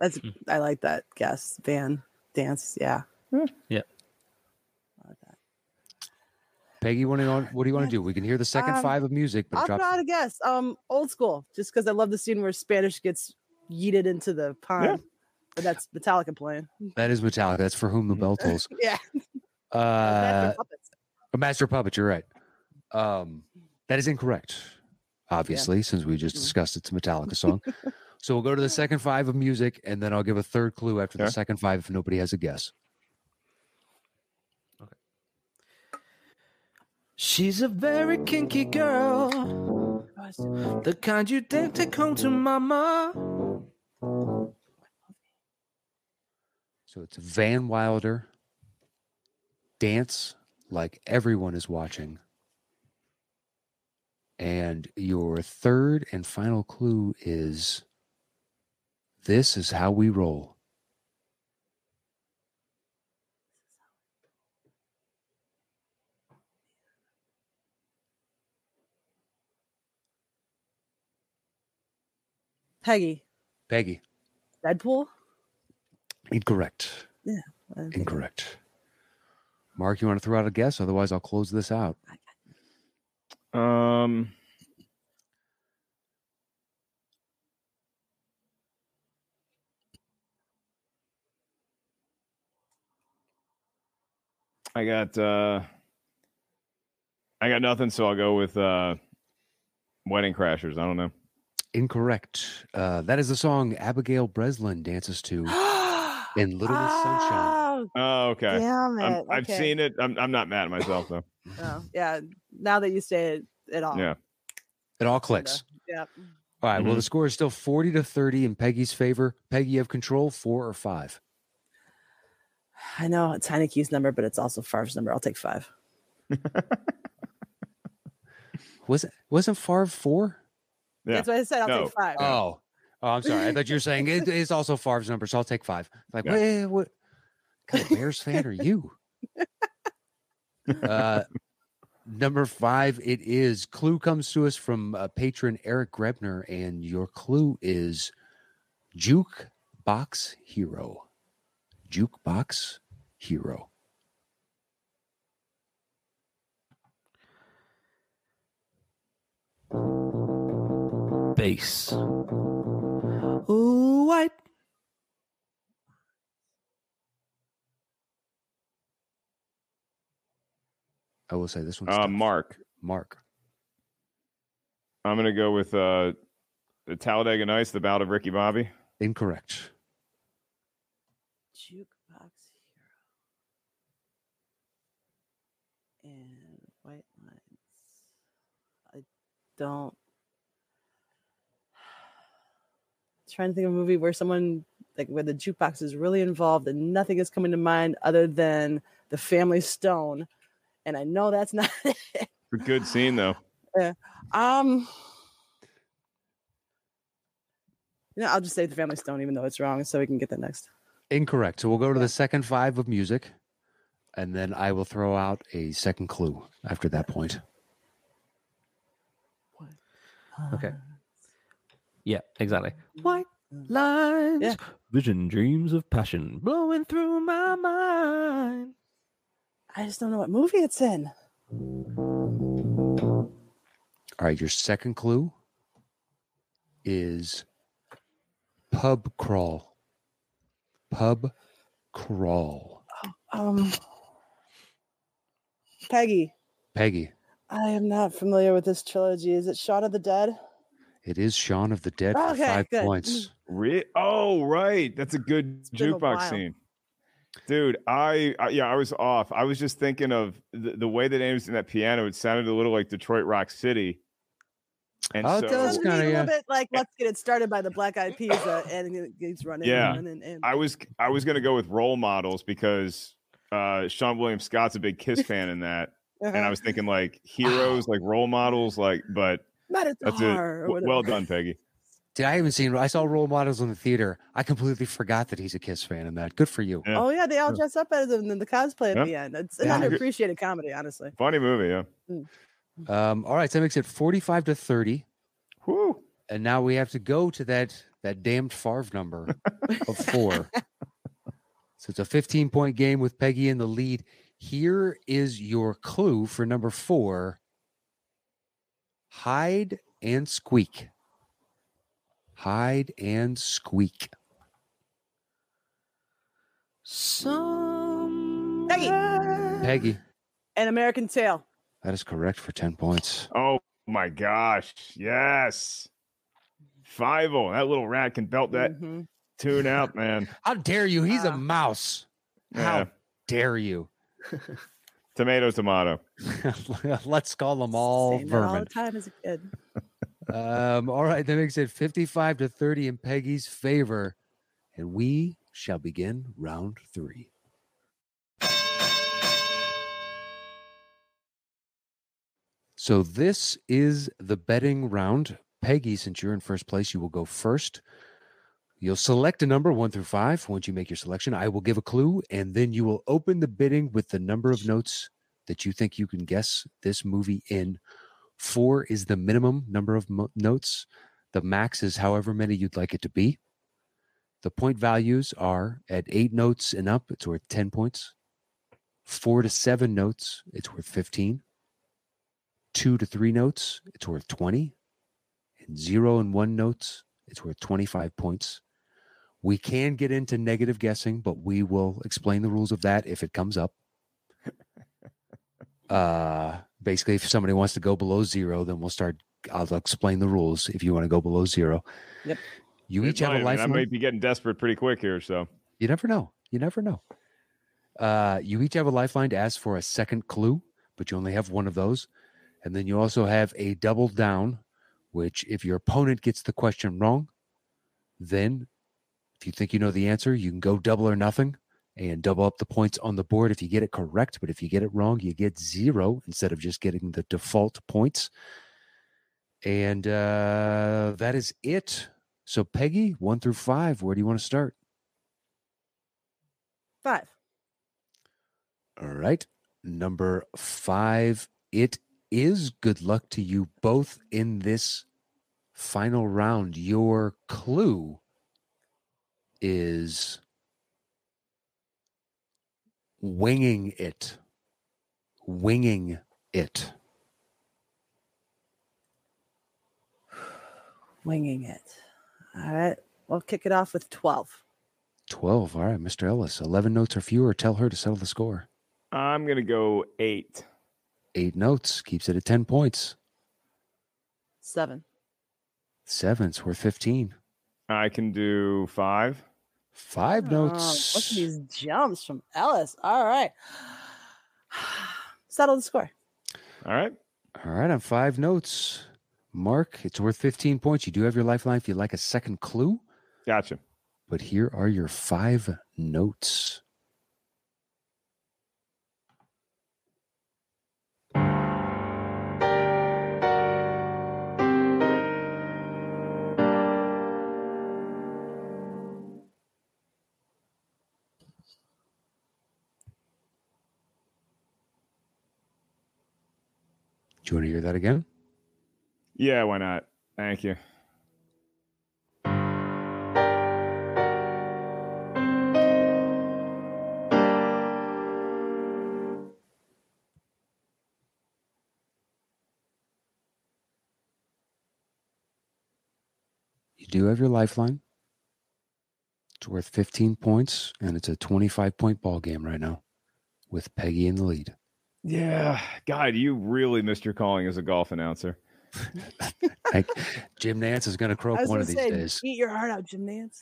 Speaker 5: that's I like that guess. Van dance. Yeah.
Speaker 3: Yeah.
Speaker 5: I like that.
Speaker 2: Peggy, what do you want, what do you want to do? We can hear the second
Speaker 5: Um,
Speaker 2: five of music, but
Speaker 5: I'll
Speaker 2: drop.
Speaker 5: throw out a guess. Um, old school, just because I love the scene where Spanish gets yeeted into the pond. But that's Metallica playing.
Speaker 2: that is Metallica. That's for whom the bell tolls.
Speaker 5: Yeah.
Speaker 2: Uh,
Speaker 5: That's the puppets.
Speaker 2: a master puppet. You're right. Um, that is incorrect, obviously, since we just
Speaker 5: Mhm.
Speaker 2: discussed it's a Metallica song. so we'll go to the second five of music, and then I'll give a third clue after
Speaker 4: Sure.
Speaker 2: the second five if nobody has a guess.
Speaker 6: She's a very kinky girl, the kind you think take home to mama.
Speaker 2: So it's Van Wilder. Dance like everyone is watching. And your third and final clue is this is how we roll.
Speaker 5: Peggy,
Speaker 2: Peggy,
Speaker 5: Deadpool.
Speaker 2: incorrect.
Speaker 5: I don't think-
Speaker 2: Incorrect. Mark, you want to throw out a guess? Otherwise, I'll close this out.
Speaker 4: Um. I got uh I got nothing, so I'll go with uh Wedding Crashers. I don't know.
Speaker 2: Incorrect. Uh, that is the song Abigail Breslin dances to in Little Miss Sunshine.
Speaker 5: Oh,
Speaker 4: Oh, okay.
Speaker 5: damn it.
Speaker 4: I'm, I've
Speaker 5: Okay.
Speaker 4: seen it. I'm, I'm not mad at myself though.
Speaker 5: Oh, yeah. Now that you say it, it all.
Speaker 4: Yeah.
Speaker 2: It all clicks.
Speaker 5: Yep.
Speaker 2: All right, Well,
Speaker 4: Mhm.
Speaker 2: the score is still 40 to 30 in Peggy's favor. Peggy, you have control four or five.
Speaker 5: I know it's Heineke's number, but it's also Favre's number. I'll take five.
Speaker 2: wasn't wasn't Favre four?
Speaker 4: Yeah.
Speaker 5: That's why I said I'll
Speaker 4: No.
Speaker 5: take five.
Speaker 4: Yeah.
Speaker 2: Oh, oh, I'm sorry. I thought you were saying it, it's also Favre's number, so I'll take five. Like,
Speaker 4: Yeah.
Speaker 2: wait, what kind of Bears fan are you? Uh, number five, it is clue comes to us from uh, patron Eric Grebner, and your clue is jukebox hero. Jukebox hero.
Speaker 6: bass.
Speaker 4: Uh,
Speaker 6: Ooh, white.
Speaker 2: I will say this one.
Speaker 4: Uh, Mark,
Speaker 2: Mark.
Speaker 4: I'm gonna go with uh, the Talladega Nights, the Bout of Ricky Bobby.
Speaker 2: Incorrect.
Speaker 5: Jukebox hero. And white lines. I don't. trying to think of a movie where someone like where the jukebox is really involved and nothing is coming to mind other than the Family Stone, and I know that's not it.
Speaker 4: Good scene though.
Speaker 5: Um. No, I'll just say the Family Stone, even though it's wrong, so we can get that next.
Speaker 2: Incorrect. So we'll go to the second five of music, and then I will throw out a second clue after that point.
Speaker 3: Okay. Yeah, exactly.
Speaker 6: White lines.
Speaker 5: Yeah.
Speaker 6: Vision, dreams of passion blowing through my mind.
Speaker 5: I just don't know what movie it's in.
Speaker 2: All right, your second clue is pub crawl. Pub crawl.
Speaker 5: Um, Peggy,
Speaker 2: Peggy,
Speaker 5: I am not familiar with this trilogy. Is it Shaun of the Dead?
Speaker 2: it is Shaun of the Dead for
Speaker 5: Okay,
Speaker 2: five
Speaker 5: good.
Speaker 2: points.
Speaker 4: Re- oh, right. That's a good
Speaker 5: been a
Speaker 4: jukebox
Speaker 5: while.
Speaker 4: scene. Dude, I, I yeah, I was off. I was just thinking of the, the way that Ames in that piano. It sounded a little like Detroit Rock City. And
Speaker 2: Oh, it
Speaker 4: so
Speaker 2: does. That's
Speaker 5: Sounds to me a
Speaker 2: kinda,
Speaker 5: little
Speaker 2: yeah.
Speaker 5: bit like "Let's Get It Started" by the Black Eyed Peas, uh, and it gets running.
Speaker 4: Yeah.
Speaker 5: and, and, and.
Speaker 4: I was I was gonna go with role models because uh, Sean William Scott's a big Kiss fan in that,
Speaker 5: Uh-huh.
Speaker 4: and I was thinking like
Speaker 5: Ah.
Speaker 4: heroes, like role models, like. But that's it.
Speaker 5: Metatar.
Speaker 4: W- Well done, Peggy.
Speaker 2: Did I haven't seen? I saw role models in the theater. I completely forgot that he's a Kiss fan in that. Good for you.
Speaker 4: Yeah.
Speaker 5: Oh yeah, they all dress up as them in the cosplay at
Speaker 4: Yeah.
Speaker 5: the end. It's
Speaker 2: Yeah.
Speaker 5: an underappreciated comedy, honestly.
Speaker 4: Funny movie, yeah.
Speaker 2: Um, all right, so that makes it forty-five to thirty.
Speaker 4: Whoo.
Speaker 2: and now we have to go to that that damned Favre number of four. so it's a 15 point game with Peggy in the lead. Here is your clue for number four: hide and squeak. Hide and squeak.
Speaker 6: Some.
Speaker 5: Peggy.
Speaker 2: Peggy,
Speaker 5: An American Tale.
Speaker 2: that is correct for 10 points.
Speaker 4: Oh my gosh. Yes. Fivel. That little rat can belt that
Speaker 5: Mhm.
Speaker 4: tune out, man.
Speaker 2: How dare you? He's
Speaker 5: Ah.
Speaker 2: a mouse. How
Speaker 4: Yeah.
Speaker 2: dare you?
Speaker 4: Tomato, tomato.
Speaker 2: Let's call them all
Speaker 5: Saying that all the
Speaker 2: vermin.
Speaker 5: time as a kid.
Speaker 2: Um, all right, that makes it 55 to 30 in Peggy's favor. And we shall begin round three. So this is the betting round. Peggy, since you're in first place, you will go first. You'll select a number one through five. Once you make your selection, I will give a clue, and then you will open the bidding with the number of notes that you think you can guess this movie in. Four is the minimum number of mo- notes. The max is however many you'd like it to be. The point values are at eight notes and up, it's worth 10 points. Four to seven notes, it's worth 15. Two to three notes, it's worth 20. And zero and one notes, it's worth 25 points. We can get into negative guessing, but we will explain the rules of that if it comes up uh basically if somebody wants to go below zero then we'll start i'll explain the rules if you want to go below zero
Speaker 5: Yep.
Speaker 2: you
Speaker 4: It
Speaker 2: each have
Speaker 4: might,
Speaker 2: a
Speaker 4: man. I
Speaker 2: lifeline
Speaker 4: might be getting desperate pretty quick here. So
Speaker 2: you never know you never know uh you each have a lifeline to ask for a second clue but you only have one of those and then you also have a double down which if your opponent gets the question wrong then if you think you know the answer you can go double or nothing and double up the points on the board if you get it correct but if you get it wrong you get zero instead of just getting the default points And uh, that is it. So, Peggy, one through five, where do you want to start?
Speaker 5: Five.
Speaker 2: All right. Number five, it is good luck to you both in this final round. Your clue is winging it. Winging it.
Speaker 5: Winging it. All right. We'll kick it off with 12.
Speaker 2: 12. All right, Mr. Ellis, 11 notes or fewer. Tell her to settle the score.
Speaker 4: I'm going to go eight.
Speaker 2: Eight notes keeps it at 10 points.
Speaker 5: Seven.
Speaker 2: Sevens worth 15.
Speaker 4: I can do five.
Speaker 2: Five
Speaker 5: Oh,
Speaker 2: notes.
Speaker 5: Look at these jumps from Ellis. All right. Settle the score.
Speaker 4: All right.
Speaker 2: All right, on five notes. Mark, it's worth 15 points. You do have your lifeline if you'd like a second clue,
Speaker 4: Gotcha.
Speaker 2: but here are your five notes. Do you want to hear that again?
Speaker 4: Yeah, why not? Thank you.
Speaker 2: You do have your lifeline. It's worth 15 points, and it's a 25 point ball game right now with Peggy in the lead.
Speaker 4: Yeah. God, you really missed your calling as a golf announcer.
Speaker 2: Like, Jim Nance is going to croak
Speaker 5: I was
Speaker 2: one
Speaker 5: going
Speaker 2: of
Speaker 5: to
Speaker 2: these
Speaker 5: say,
Speaker 2: days.
Speaker 5: eat your heart out, Jim Nance.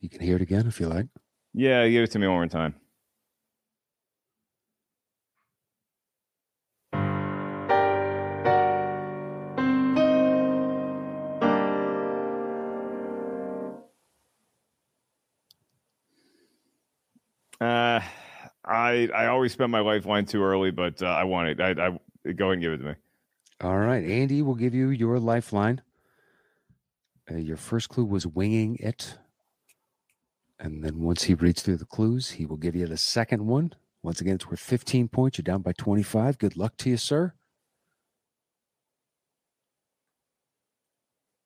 Speaker 2: You can hear it again if you like.
Speaker 4: Yeah, give it to me one more time. Uh, I I always spend my lifeline too early, but uh, I want it. I, I go ahead and give it to me.
Speaker 2: All right. Andy will give you your lifeline. Uh, your first clue was winging it. And then once he reads through the clues, he will give you the second one. Once again, it's worth 15 points. You're down by 25. Good luck to you, sir.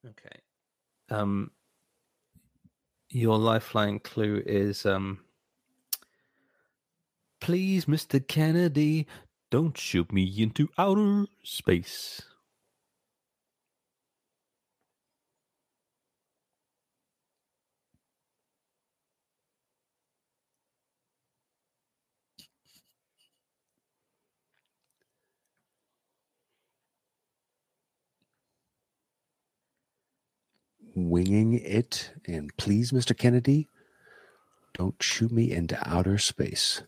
Speaker 3: Okay. Um, your lifeline clue is um, please, Mr. Kennedy, don't shoot me into outer space.
Speaker 2: winging it. And please, Mr. Kennedy, don't shoot me into outer space.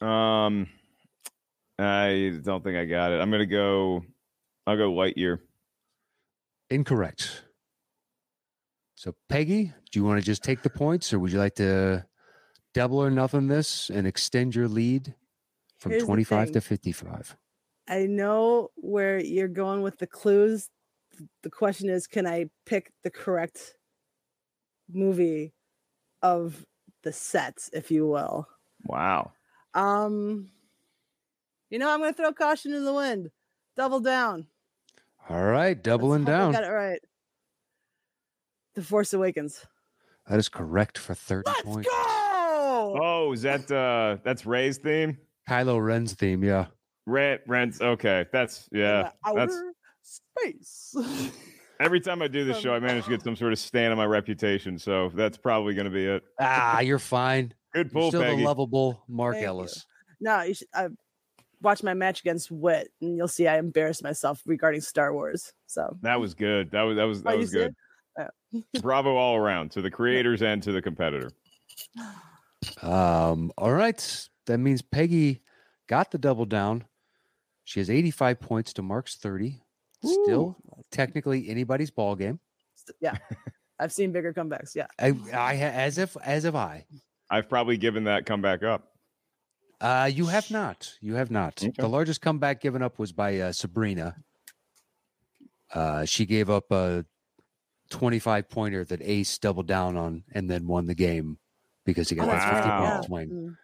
Speaker 4: Um, I don't think I got it. I'm gonna go. I'll go Lightyear.
Speaker 2: Incorrect. So, Peggy, do you want to just take the points or would you like to double or nothing this and extend your lead from
Speaker 5: Here's the
Speaker 2: 25 to
Speaker 5: thing.
Speaker 2: 55?
Speaker 5: I know where you're going with the clues. The question is, can I pick the correct movie of the sets, if you will?
Speaker 4: Wow.
Speaker 5: Um, you know, I'm going to throw caution in the wind. Double down.
Speaker 2: All right,
Speaker 5: Let's
Speaker 2: doubling
Speaker 5: hope I
Speaker 2: down.
Speaker 5: Got it right. The Force Awakens.
Speaker 2: That is correct for 30
Speaker 5: Let's
Speaker 2: points.
Speaker 5: go.
Speaker 4: Oh, is that uh that's Ray's theme?
Speaker 2: Kylo Ren's theme, yeah.
Speaker 4: Rent rents. Okay. That's yeah. That's
Speaker 5: outer space.
Speaker 4: every time I do this show, I manage to get some sort of stand on my reputation. So that's probably gonna be it.
Speaker 2: Ah, you're fine.
Speaker 4: Good
Speaker 2: You're
Speaker 4: pull,
Speaker 2: still
Speaker 4: Peggy.
Speaker 2: the lovable Mark
Speaker 5: Thank you.
Speaker 2: Ellis.
Speaker 5: no, you should uh, watch my match against Wit, and you'll see I embarrassed myself regarding Star Wars. So
Speaker 4: that was good. That was that was
Speaker 5: Oh,
Speaker 4: that
Speaker 5: you Oh.
Speaker 4: was
Speaker 5: see
Speaker 4: good. Bravo all around to the creators and to the competitor.
Speaker 2: Um, all right. That means Peggy got the double down. She has 85 points to Mark's 30. Still technically anybody's ball game.
Speaker 5: St- Yeah. I've seen bigger comebacks. Yeah.
Speaker 2: I, I ha- as if as if I.
Speaker 4: I've probably given that comeback up.
Speaker 2: Uh, you have not. You have not.
Speaker 4: Okay.
Speaker 2: The largest comeback given up was by uh, Sabrina. Uh, she gave up a 25 pointer that Ace doubled down on and then won the game because he got that 50
Speaker 4: Wow.
Speaker 2: point swing.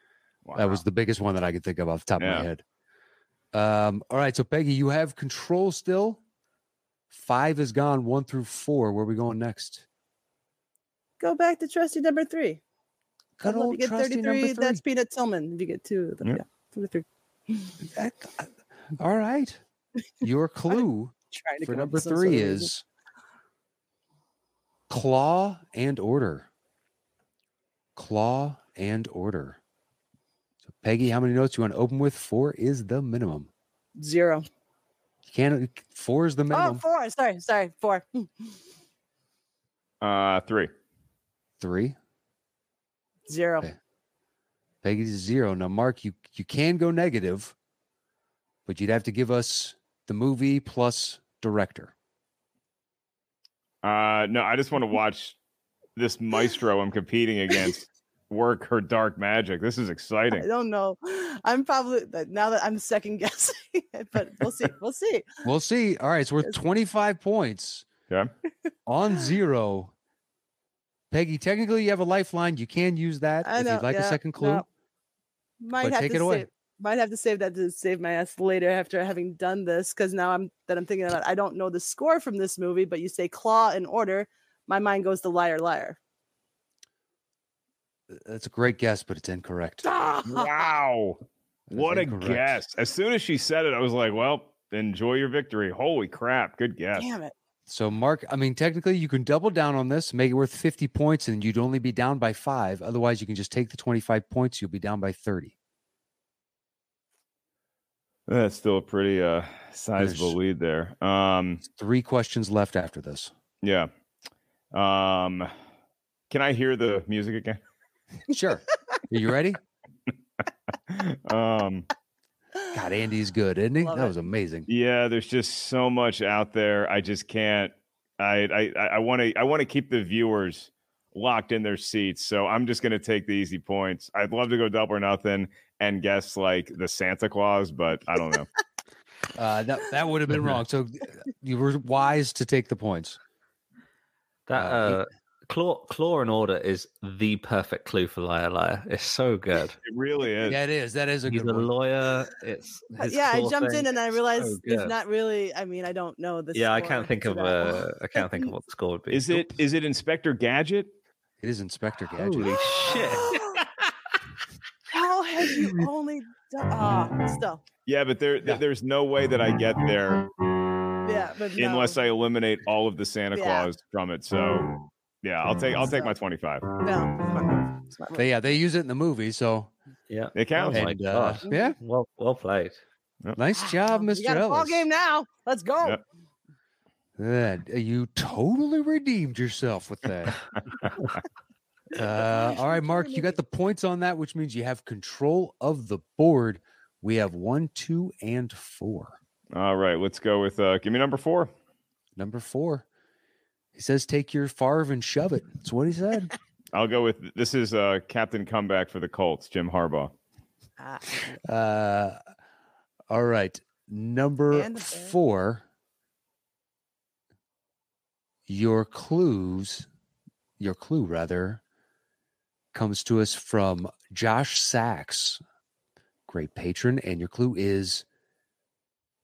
Speaker 5: Mm.
Speaker 2: That was the biggest one that I could think of off the top of
Speaker 4: Yeah.
Speaker 2: my head. Um, all right. So, Peggy, you have control still. Five is gone, one through four. Where are we going next?
Speaker 5: Go back to trusty number three.
Speaker 2: Good
Speaker 5: Well, if
Speaker 2: old
Speaker 5: you get
Speaker 2: trusty
Speaker 5: 33,
Speaker 2: number three.
Speaker 5: that's Peanut Tillman. If you get two of them,
Speaker 4: Yeah.
Speaker 5: yeah. Two or three.
Speaker 2: That- all right. Your clue.
Speaker 5: Trying to
Speaker 2: for
Speaker 5: come up
Speaker 2: number
Speaker 5: with some sort of
Speaker 2: three
Speaker 5: reason.
Speaker 2: is claw and order. Claw and order. So Peggy, how many notes you want to open with? Four is the minimum.
Speaker 5: zero.
Speaker 2: You can't. Four is the
Speaker 5: Oh,
Speaker 2: minimum.
Speaker 5: four. Sorry, sorry, four. Hmm.
Speaker 4: Uh, three.
Speaker 2: Three.
Speaker 5: Zero.
Speaker 2: Okay. Peggy's is zero. Now, Mark, you you can go negative, but you'd have to give us the movie plus director.
Speaker 4: Uh, no, I just want to watch this maestro I'm competing against work her dark magic. This is
Speaker 5: I
Speaker 4: exciting.
Speaker 5: don't know. I'm probably but now that I'm second guessing, it, but we'll see. We'll see.
Speaker 2: We'll see. All right, so we're
Speaker 5: Yes.
Speaker 2: 25 points.
Speaker 4: Okay.
Speaker 2: On zero. Peggy, technically you have a lifeline. You can use that
Speaker 5: I
Speaker 2: if
Speaker 5: know,
Speaker 2: you'd like a
Speaker 5: yeah,
Speaker 2: second
Speaker 5: no,
Speaker 2: clue.
Speaker 5: Might
Speaker 2: But
Speaker 5: have
Speaker 2: take
Speaker 5: to
Speaker 2: it away.
Speaker 5: Save, might have to save that to save my ass later after having done this because now I'm that I'm thinking about. I don't know the score from this movie, but you say Claw and Order, my mind goes to Liar Liar.
Speaker 2: That's a great guess, but it's incorrect.
Speaker 4: Wow.
Speaker 2: That is
Speaker 4: What a
Speaker 2: incorrect.
Speaker 4: guess. As soon as she said it, I was like, well, enjoy your victory. Holy crap. Good guess.
Speaker 5: Damn it!
Speaker 2: So Mark, I mean, technically you can double down on this, make it worth 50 points, and you'd only be down by five. Otherwise, you can just take the 25 points, you'll be down by 30.
Speaker 4: That's still a pretty uh sizable lead there. Um
Speaker 2: Three questions left after this.
Speaker 4: yeah. Um can I hear the music again?
Speaker 2: Sure. Are you ready?
Speaker 4: um
Speaker 2: God, Andy's good, isn't he?
Speaker 5: Love
Speaker 2: that
Speaker 5: it.
Speaker 2: was amazing.
Speaker 4: yeah, there's just so much out there. I just can't I I I want to I want to keep the viewers locked in their seats. So I'm just going to take the easy points. I'd love to go double or nothing and guess like the Santa Claus, but I don't know.
Speaker 2: Uh, that that would have been wrong. So uh, you were wise to take the points.
Speaker 3: That
Speaker 2: Uh, he-
Speaker 3: uh, claw, claw and order is the perfect clue for liar liar. It's so good.
Speaker 4: it really is.
Speaker 2: That is that is a
Speaker 3: He's
Speaker 2: good
Speaker 3: a
Speaker 2: one.
Speaker 3: lawyer. It's
Speaker 5: Uh,
Speaker 3: his
Speaker 5: yeah, I
Speaker 3: claw
Speaker 5: jumped
Speaker 3: thing
Speaker 5: in and I
Speaker 3: is
Speaker 5: realized
Speaker 3: so
Speaker 5: it's
Speaker 3: good.
Speaker 5: not really. I mean, I don't know the.
Speaker 3: Yeah, I
Speaker 5: score
Speaker 3: can't think
Speaker 5: to
Speaker 3: of
Speaker 5: that one.
Speaker 3: uh, I can't think of what the score would be.
Speaker 4: Is it is it Inspector Gadget?
Speaker 2: It is Inspector Gadget.
Speaker 3: Holy shit!
Speaker 5: How have you only done? Ah, still.
Speaker 4: Yeah, but there
Speaker 2: Yeah.
Speaker 4: there's no way that I get there
Speaker 5: Yeah, but no.
Speaker 4: unless I eliminate all of the Santa
Speaker 5: Yeah.
Speaker 4: Claus from it. So yeah, I'll take I'll take my 25.
Speaker 5: No, smart move, smart move.
Speaker 2: They, yeah, they use it in the movie. So
Speaker 3: Yeah.
Speaker 4: It counts.
Speaker 3: Oh my
Speaker 2: and, uh,
Speaker 3: gosh.
Speaker 2: yeah,
Speaker 3: Well, well played.
Speaker 2: nice job,
Speaker 5: ah, We
Speaker 2: Mr.
Speaker 5: got a ball
Speaker 2: Ellis.
Speaker 5: game now. Let's go.
Speaker 4: Yep.
Speaker 2: Yeah, you totally redeemed yourself with that. uh, all right, Mark, you got the points on that, which means you have control of the board. We have one, two, and four.
Speaker 4: All right, let's go with uh give me number 4.
Speaker 2: Number four. He says, "Take your Favre and shove it." That's what he said.
Speaker 4: I'll go with this is uh Captain Comeback for the Colts, Jim Harbaugh.
Speaker 5: Ah,
Speaker 2: Uh, all right, number
Speaker 5: And the bear.
Speaker 2: four. Your clues, your clue rather, comes to us from Josh Sachs, great patron, and your clue is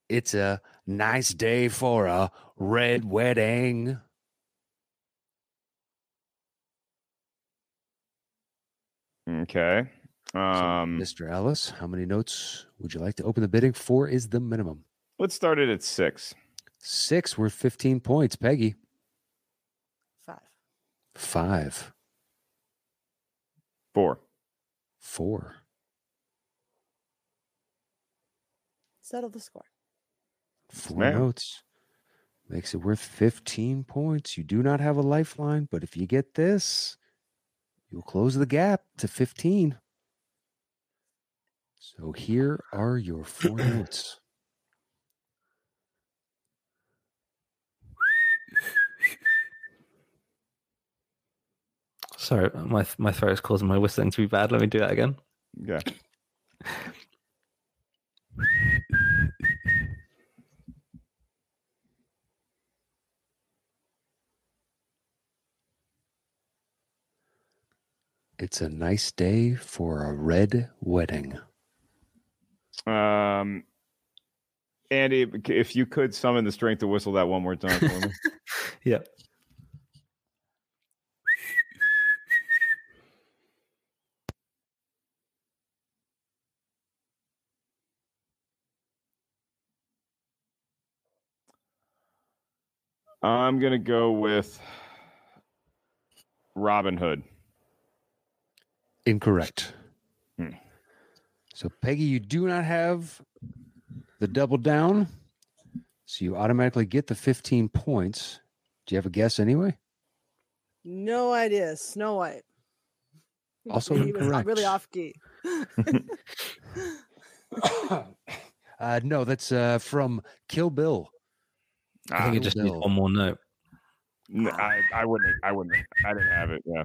Speaker 2: it's a nice day for a red wedding.
Speaker 4: Okay.
Speaker 2: So,
Speaker 4: Um
Speaker 2: Mr. Ellis, how many notes would you like to open the bidding? Four is the minimum.
Speaker 4: let's start it at 6.
Speaker 2: Six worth 15 points. Peggy.
Speaker 5: five.
Speaker 2: Five,
Speaker 4: 4.
Speaker 2: four.
Speaker 5: Settle the score.
Speaker 2: Four
Speaker 4: ma'am.
Speaker 2: notes. Makes it worth 15 points. You do not have a lifeline, but if you get this, you'll close the gap to 15. So here are your four notes.
Speaker 3: Sorry, my my throat is causing my whistling to be bad. Let me do that again.
Speaker 4: Yeah.
Speaker 2: It's a nice day for a red wedding.
Speaker 4: Um, Andy, if you could summon the strength to whistle that one more time for me.
Speaker 3: Yeah.
Speaker 4: I'm gonna go with Robin Hood.
Speaker 2: Incorrect.
Speaker 4: Hmm.
Speaker 2: So, Peggy, you do not have the double down. So, you automatically get the 15 points. Do you have a guess anyway?
Speaker 5: No idea. Snow White.
Speaker 2: Also
Speaker 5: he was
Speaker 2: incorrect.
Speaker 5: really off key.
Speaker 2: uh, no, that's uh, from Kill Bill.
Speaker 3: I think
Speaker 2: Ah.
Speaker 3: it just needs
Speaker 2: Bill.
Speaker 3: one more note.
Speaker 4: N- I, I wouldn't. I wouldn't. I didn't have it. Yeah.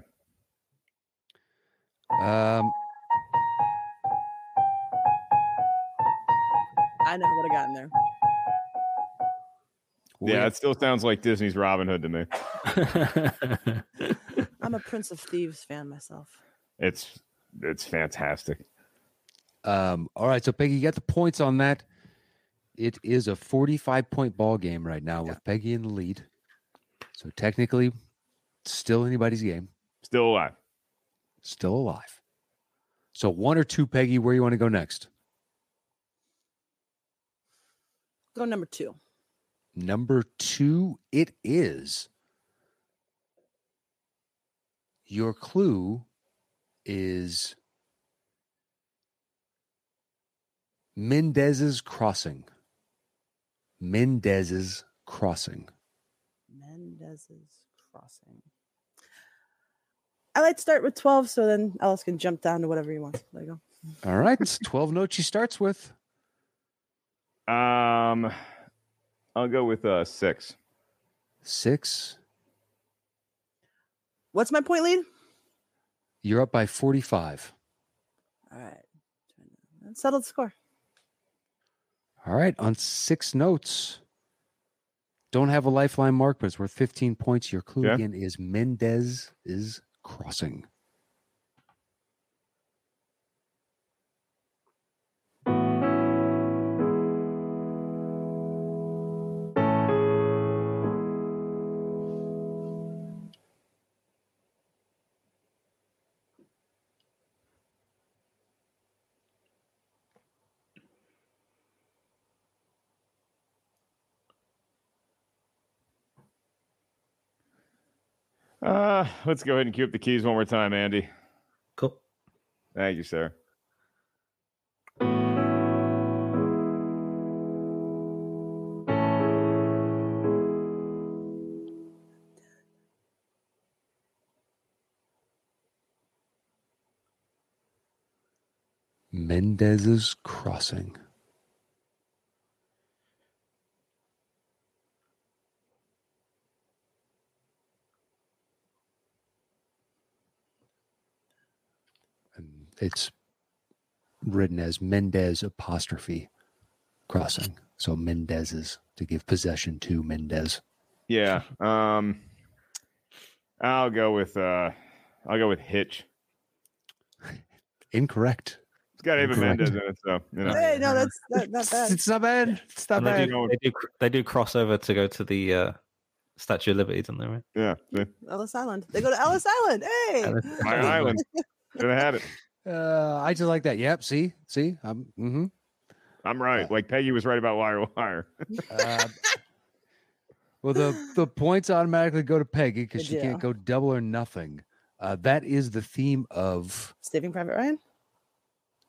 Speaker 2: Um,
Speaker 5: I never would have gotten there.
Speaker 4: Yeah.
Speaker 2: Wait.
Speaker 4: It still sounds like Disney's Robin Hood to me.
Speaker 5: I'm a Prince of Thieves fan myself.
Speaker 4: It's it's fantastic.
Speaker 2: Um, all right, so Peggy, you got the points on that. It is a 45 point ball game right now with Peggy in the lead. So technically, still anybody's game,
Speaker 4: Still alive.
Speaker 2: still alive. So one or two, Peggy, where you want to go next?
Speaker 5: Go number two.
Speaker 2: Number two, it is. Your clue is Mendez's Crossing. Mendez's Crossing.
Speaker 5: Mendez's Crossing. I like to start with 12, so then Ellis can jump down to whatever he wants. There you go.
Speaker 2: All right, it's 12 notes she starts with.
Speaker 4: Um, I'll go with uh six.
Speaker 2: Six.
Speaker 5: What's my point lead?
Speaker 2: You're up by 45.
Speaker 5: All right. Settled score.
Speaker 2: All right, on six notes. Don't have a lifeline mark, but it's worth 15 points. Your clue
Speaker 4: Yeah.
Speaker 2: again is Mendez is crossing.
Speaker 4: Uh, let's go ahead and cue up the keys one more time, Andy.
Speaker 3: cool.
Speaker 4: Thank you, sir.
Speaker 2: Mendez's crossing. And it's written as Mendez apostrophe crossing. So Mendez's to give possession to Mendez.
Speaker 4: Yeah. Um, I'll go with uh, I'll go with Hitch.
Speaker 2: Incorrect.
Speaker 4: It's got Ava
Speaker 2: Correct.
Speaker 4: Mendez in it, so you know.
Speaker 5: Hey, no, that's that, not bad.
Speaker 2: It's not bad. It's not
Speaker 3: And they,
Speaker 2: bad.
Speaker 3: do, they, do, cr- they do cross over to go to the uh, Statue of Liberty, don't they? Right?
Speaker 4: Yeah. yeah.
Speaker 5: Ellis Island. They go to Ellis Island. Hey.
Speaker 4: My island. Should have had it.
Speaker 2: Uh, I just like that. Yep. See, see, I'm, mm-hmm.
Speaker 4: I'm right. Like Peggy was right about Liar Liar.
Speaker 2: Uh, well, the the points automatically go to Peggy because
Speaker 5: Good
Speaker 2: she can't
Speaker 5: deal.
Speaker 2: go double or nothing. Uh, that is the theme of
Speaker 5: Saving Private Ryan.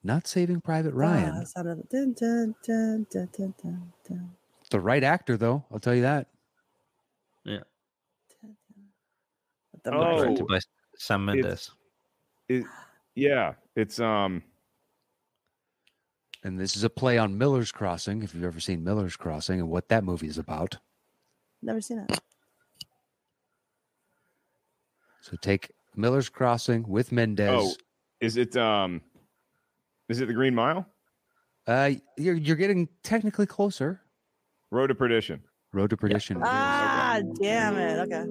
Speaker 2: not Saving Private
Speaker 5: Ah,
Speaker 2: Ryan.
Speaker 5: it sounded- dun, dun, dun, dun, dun, dun, dun,
Speaker 2: the right actor, though, I'll tell you that.
Speaker 5: dun, dun. But the
Speaker 4: Oh.
Speaker 5: Martian-
Speaker 3: Directed by Sam
Speaker 4: It's-
Speaker 3: Mendes.
Speaker 4: Yeah. It's um
Speaker 2: And this is a play on Miller's Crossing. If you've ever seen Miller's Crossing and what that movie is about,
Speaker 5: Never seen it.
Speaker 2: so take Miller's Crossing with Mendez.
Speaker 4: Is it um is it the Green Mile? Oh.
Speaker 2: Uh, you're you're getting technically closer.
Speaker 4: Road to Perdition.
Speaker 2: Road to Perdition.
Speaker 5: Ah, damn it. Okay.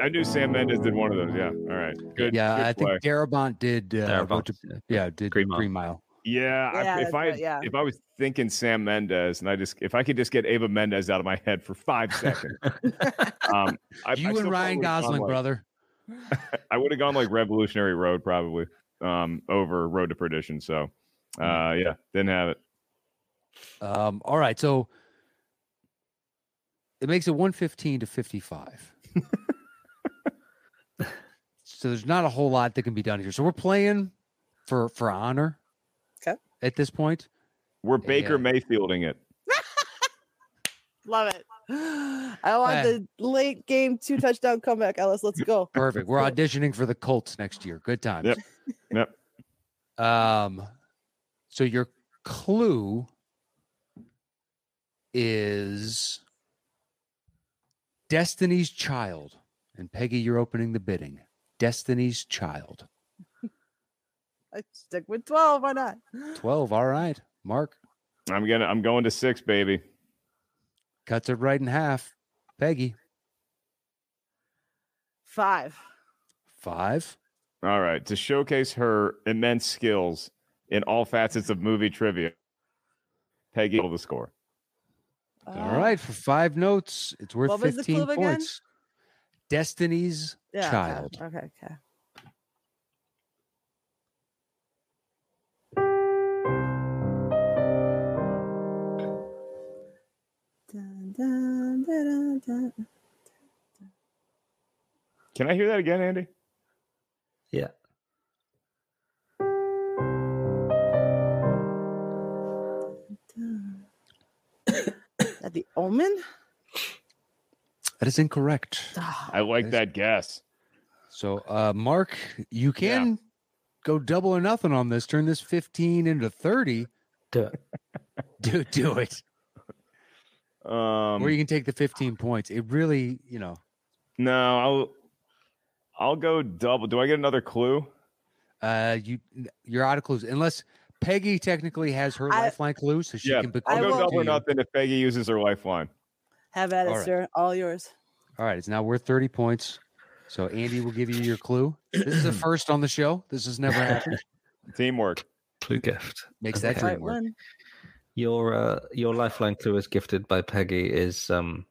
Speaker 4: I, I knew Sam Mendes did one of those. Yeah. All right. Good.
Speaker 2: yeah,
Speaker 4: good
Speaker 2: I think
Speaker 4: play.
Speaker 2: Darabont did. Uh, Road
Speaker 3: Thereabouts.
Speaker 2: to- yeah, did
Speaker 3: Green
Speaker 2: Green
Speaker 3: Mile.
Speaker 2: Mile.
Speaker 4: Yeah. I-
Speaker 5: Yeah,
Speaker 4: if
Speaker 5: that's
Speaker 4: I
Speaker 5: right, yeah.
Speaker 4: if I was thinking Sam Mendes and I just if I could just get Ava Mendes out of my head for five seconds. um, I,
Speaker 2: you and Ryan Gosling, brother.
Speaker 4: I would have gone like Revolutionary Road probably um, over Road to Perdition. So
Speaker 2: Hmm.
Speaker 4: uh, yeah, didn't have it.
Speaker 2: Um, all right, so it makes it 115 to 55. so there's not a whole lot that can be done here. So we're playing for for honor.
Speaker 5: 'Kay.
Speaker 2: At this point,
Speaker 4: We're Baker
Speaker 2: Yeah.
Speaker 4: Mayfielding it.
Speaker 5: Love it. I
Speaker 2: Yeah.
Speaker 5: want the late game two touchdown comeback, Ellis. Let's go.
Speaker 2: perfect. We're auditioning for the Colts next year. Good times.
Speaker 4: Yep.
Speaker 2: Um, so your clue is Destiny's Child. And Peggy, you're opening the bidding. Destiny's Child.
Speaker 5: I stick with 12. Why not?
Speaker 2: 12. All right. Mark
Speaker 4: I'm gonna I'm going to six, baby.
Speaker 2: cuts it right in half. Peggy,
Speaker 5: Five.
Speaker 2: five.
Speaker 4: All right. To showcase her immense skills in all facets of movie trivia, Peggy will the score.
Speaker 2: All right. For five notes, it's worth
Speaker 5: What was the
Speaker 2: 15
Speaker 5: clue again?
Speaker 2: points. Destiny's
Speaker 5: Yeah,
Speaker 2: Child.
Speaker 5: Okay. Okay. okay. Dun, dun, dun, dun, dun.
Speaker 4: Can I hear that again, Andy?
Speaker 3: Yeah.
Speaker 5: Is that the omen?
Speaker 2: That is incorrect.
Speaker 5: Ah,
Speaker 4: I like that guess.
Speaker 2: So, uh, Mark, you
Speaker 4: Yeah.
Speaker 2: can go double or nothing on this. Turn this 15 into 30.
Speaker 3: Do it.
Speaker 2: Do do it.
Speaker 4: Um,
Speaker 2: or you can take the 15 points. It really, you know,
Speaker 4: no, I'll I'll go double. Do I get another clue?
Speaker 2: uh, you you're out of clues unless Peggy technically has her
Speaker 5: I-
Speaker 2: lifeline clue, so she
Speaker 4: Yeah,
Speaker 2: can pick
Speaker 5: I
Speaker 4: I'll go
Speaker 5: will-
Speaker 4: double or
Speaker 2: All
Speaker 4: nothing if Peggy uses her lifeline.
Speaker 5: Have at it,
Speaker 2: All right.
Speaker 5: sir. All yours.
Speaker 2: right, it's now worth 30 points. So Andy will give you your clue. This is a first on the show. This has never happened.
Speaker 4: Teamwork.
Speaker 3: Clue gift.
Speaker 2: Makes that
Speaker 3: Okay.
Speaker 2: dream
Speaker 5: Right
Speaker 2: work.
Speaker 5: one.
Speaker 3: Your uh, your lifeline clue is gifted by Peggy is um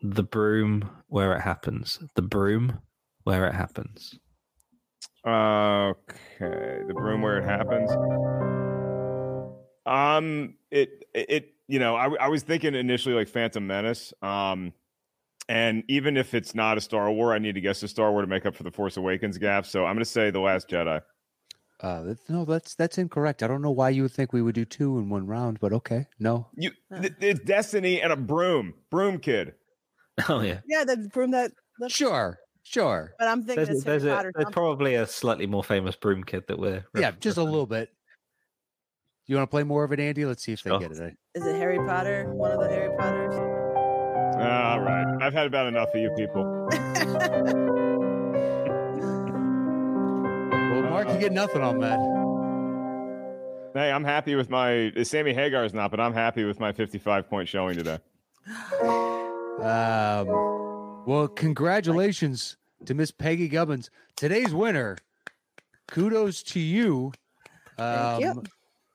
Speaker 3: the broom where it happens. The broom where it happens.
Speaker 4: Okay, the broom where it happens. Um, it it you know I w- I was thinking initially like Phantom Menace. Um, and even if it's not a Star War, I need to guess a Star War to make up for the Force Awakens gap. So I'm gonna say the Last Jedi.
Speaker 2: Uh, that's, no, that's that's incorrect. I don't know why you would think we would do two in one round, but okay, no.
Speaker 4: You,
Speaker 5: Huh.
Speaker 4: th- it's Destiny and a broom, broom kid.
Speaker 3: Oh yeah.
Speaker 5: Yeah, the broom that. That's-
Speaker 2: Sure, sure.
Speaker 5: But I'm thinking
Speaker 3: There's,
Speaker 5: it's
Speaker 3: there's
Speaker 5: Harry
Speaker 3: a,
Speaker 5: Potter.
Speaker 3: there's
Speaker 5: something.
Speaker 3: probably a slightly more famous broom kid that we're
Speaker 2: Yeah,
Speaker 3: refer-
Speaker 2: just a
Speaker 3: referring-
Speaker 2: little bit. You want to play more of it, Andy? Let's see if they
Speaker 3: Sure.
Speaker 2: get it.
Speaker 5: Is it Harry Potter? One of the Harry Potters?
Speaker 4: All right, I've had about enough of you people.
Speaker 2: Well, Mark, you get nothing on that.
Speaker 4: Hey, I'm happy with my Sammy Hagar's not, but I'm happy with my 55 point showing today.
Speaker 2: Um, well, congratulations to Miss Peggy Gubbins, today's winner. Kudos to you. Um,
Speaker 5: Thank you.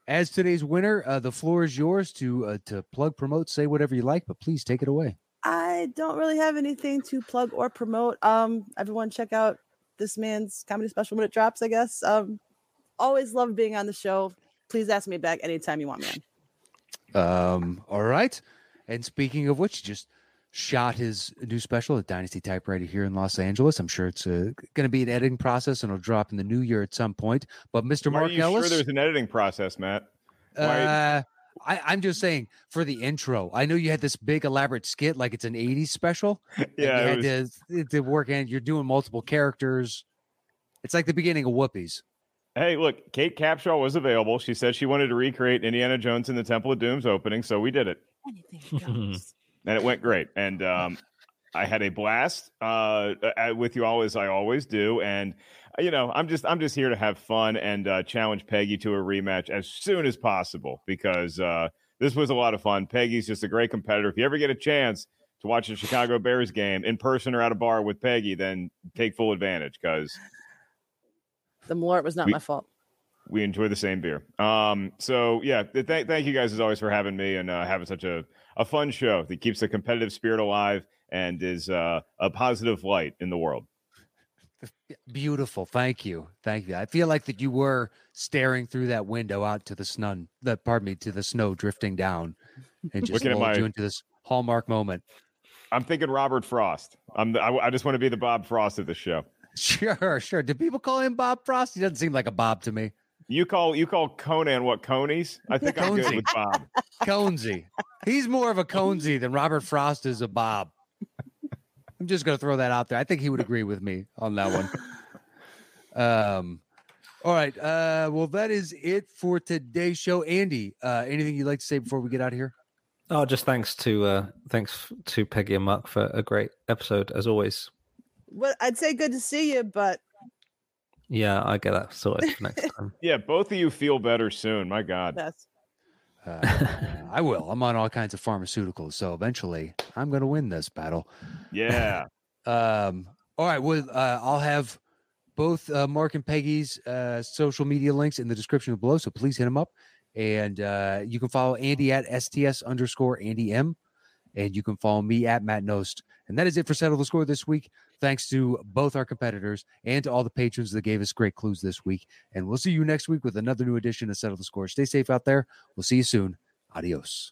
Speaker 2: As today's winner, uh, the floor is yours to uh, to plug, promote, say whatever you like, but please take it away.
Speaker 5: I don't really have anything to plug or promote. Um, everyone check out this man's comedy special when it drops, I guess. Um, always love being on the show. Please ask me back anytime you want me on.
Speaker 2: Um, all right. And speaking of which, he just shot his new special at Dynasty Typewriter here in Los Angeles. I'm sure it's uh, going to be an editing process and it'll drop in the new year at some point. But Mr.
Speaker 4: Why
Speaker 2: Mark
Speaker 4: are you
Speaker 2: Ellis,
Speaker 4: sure there's an editing process, Matt? Why-
Speaker 2: Uh, I, I'm just saying for the intro. I know you had this big elaborate skit, like it's an '80s special. and
Speaker 4: Yeah, it
Speaker 2: you had to to work in. You're doing multiple characters. It's like the beginning of Whoopies.
Speaker 4: Hey, look, Kate Capshaw was available. She said she wanted to recreate Indiana Jones in the Temple of Doom's opening, so we did it,
Speaker 5: Anything goes.
Speaker 4: and it went great. And um, I had a blast uh, uh, with you all as I always do, and uh, you know I'm just I'm just here to have fun and uh, challenge Peggy to a rematch as soon as possible because uh, this was a lot of fun. Peggy's just a great competitor. If you ever get a chance to watch a Chicago Bears game in person or at a bar with Peggy, then take full advantage because
Speaker 5: The more it was not
Speaker 4: We-
Speaker 5: my fault.
Speaker 4: we enjoy the same beer. Um, so yeah, th- thank thank you guys as always for having me and uh, having such a a fun show that keeps the competitive spirit alive and is uh, a positive light in the world.
Speaker 2: Beautiful. Thank you. Thank you. I feel like that you were staring through that window out to the snow. The, pardon me, to the snow drifting down, and just
Speaker 4: Looking at
Speaker 2: lulled
Speaker 4: my-
Speaker 2: you into this hallmark moment.
Speaker 4: I'm thinking Robert Frost. I'm the, I, I just want to be the Bob Frost of the show.
Speaker 2: Sure, sure. Do people call him Bob Frost? He doesn't seem like a Bob to me.
Speaker 4: You call you call Conan what Conies? I think I'm good
Speaker 2: Conesy.
Speaker 4: with Bob.
Speaker 2: Conesy. He's more of a Conesy than Robert Frost is a Bob. I'm just gonna throw that out there. I think he would agree with me on that one. Um all right. Uh well that is it for today's show. Andy, uh anything you'd like to say before we get out of here?
Speaker 3: Oh, just thanks to uh thanks f- to Peggy and Mark for a great episode as always.
Speaker 5: Well, I'd say good to see you, but
Speaker 3: Yeah, I get that sorted for next time.
Speaker 4: Yeah, both of you feel better soon. My God.
Speaker 5: that's
Speaker 2: Uh, I will. I'm on all kinds of pharmaceuticals, so eventually I'm gonna win this battle.
Speaker 4: Yeah.
Speaker 2: Um, all right. Well, uh, I'll have both uh, Mark and Peggy's uh, social media links in the description below. So please hit them up. And uh, you can follow Andy at STS underscore Andy M. And you can follow me at Matt Nost. And that is it for Settle the Score this week. Thanks to both our competitors and to all the patrons that gave us great clues this week. And we'll see you next week with another new edition of Settle the Score. Stay safe out there. We'll see you soon. Adios.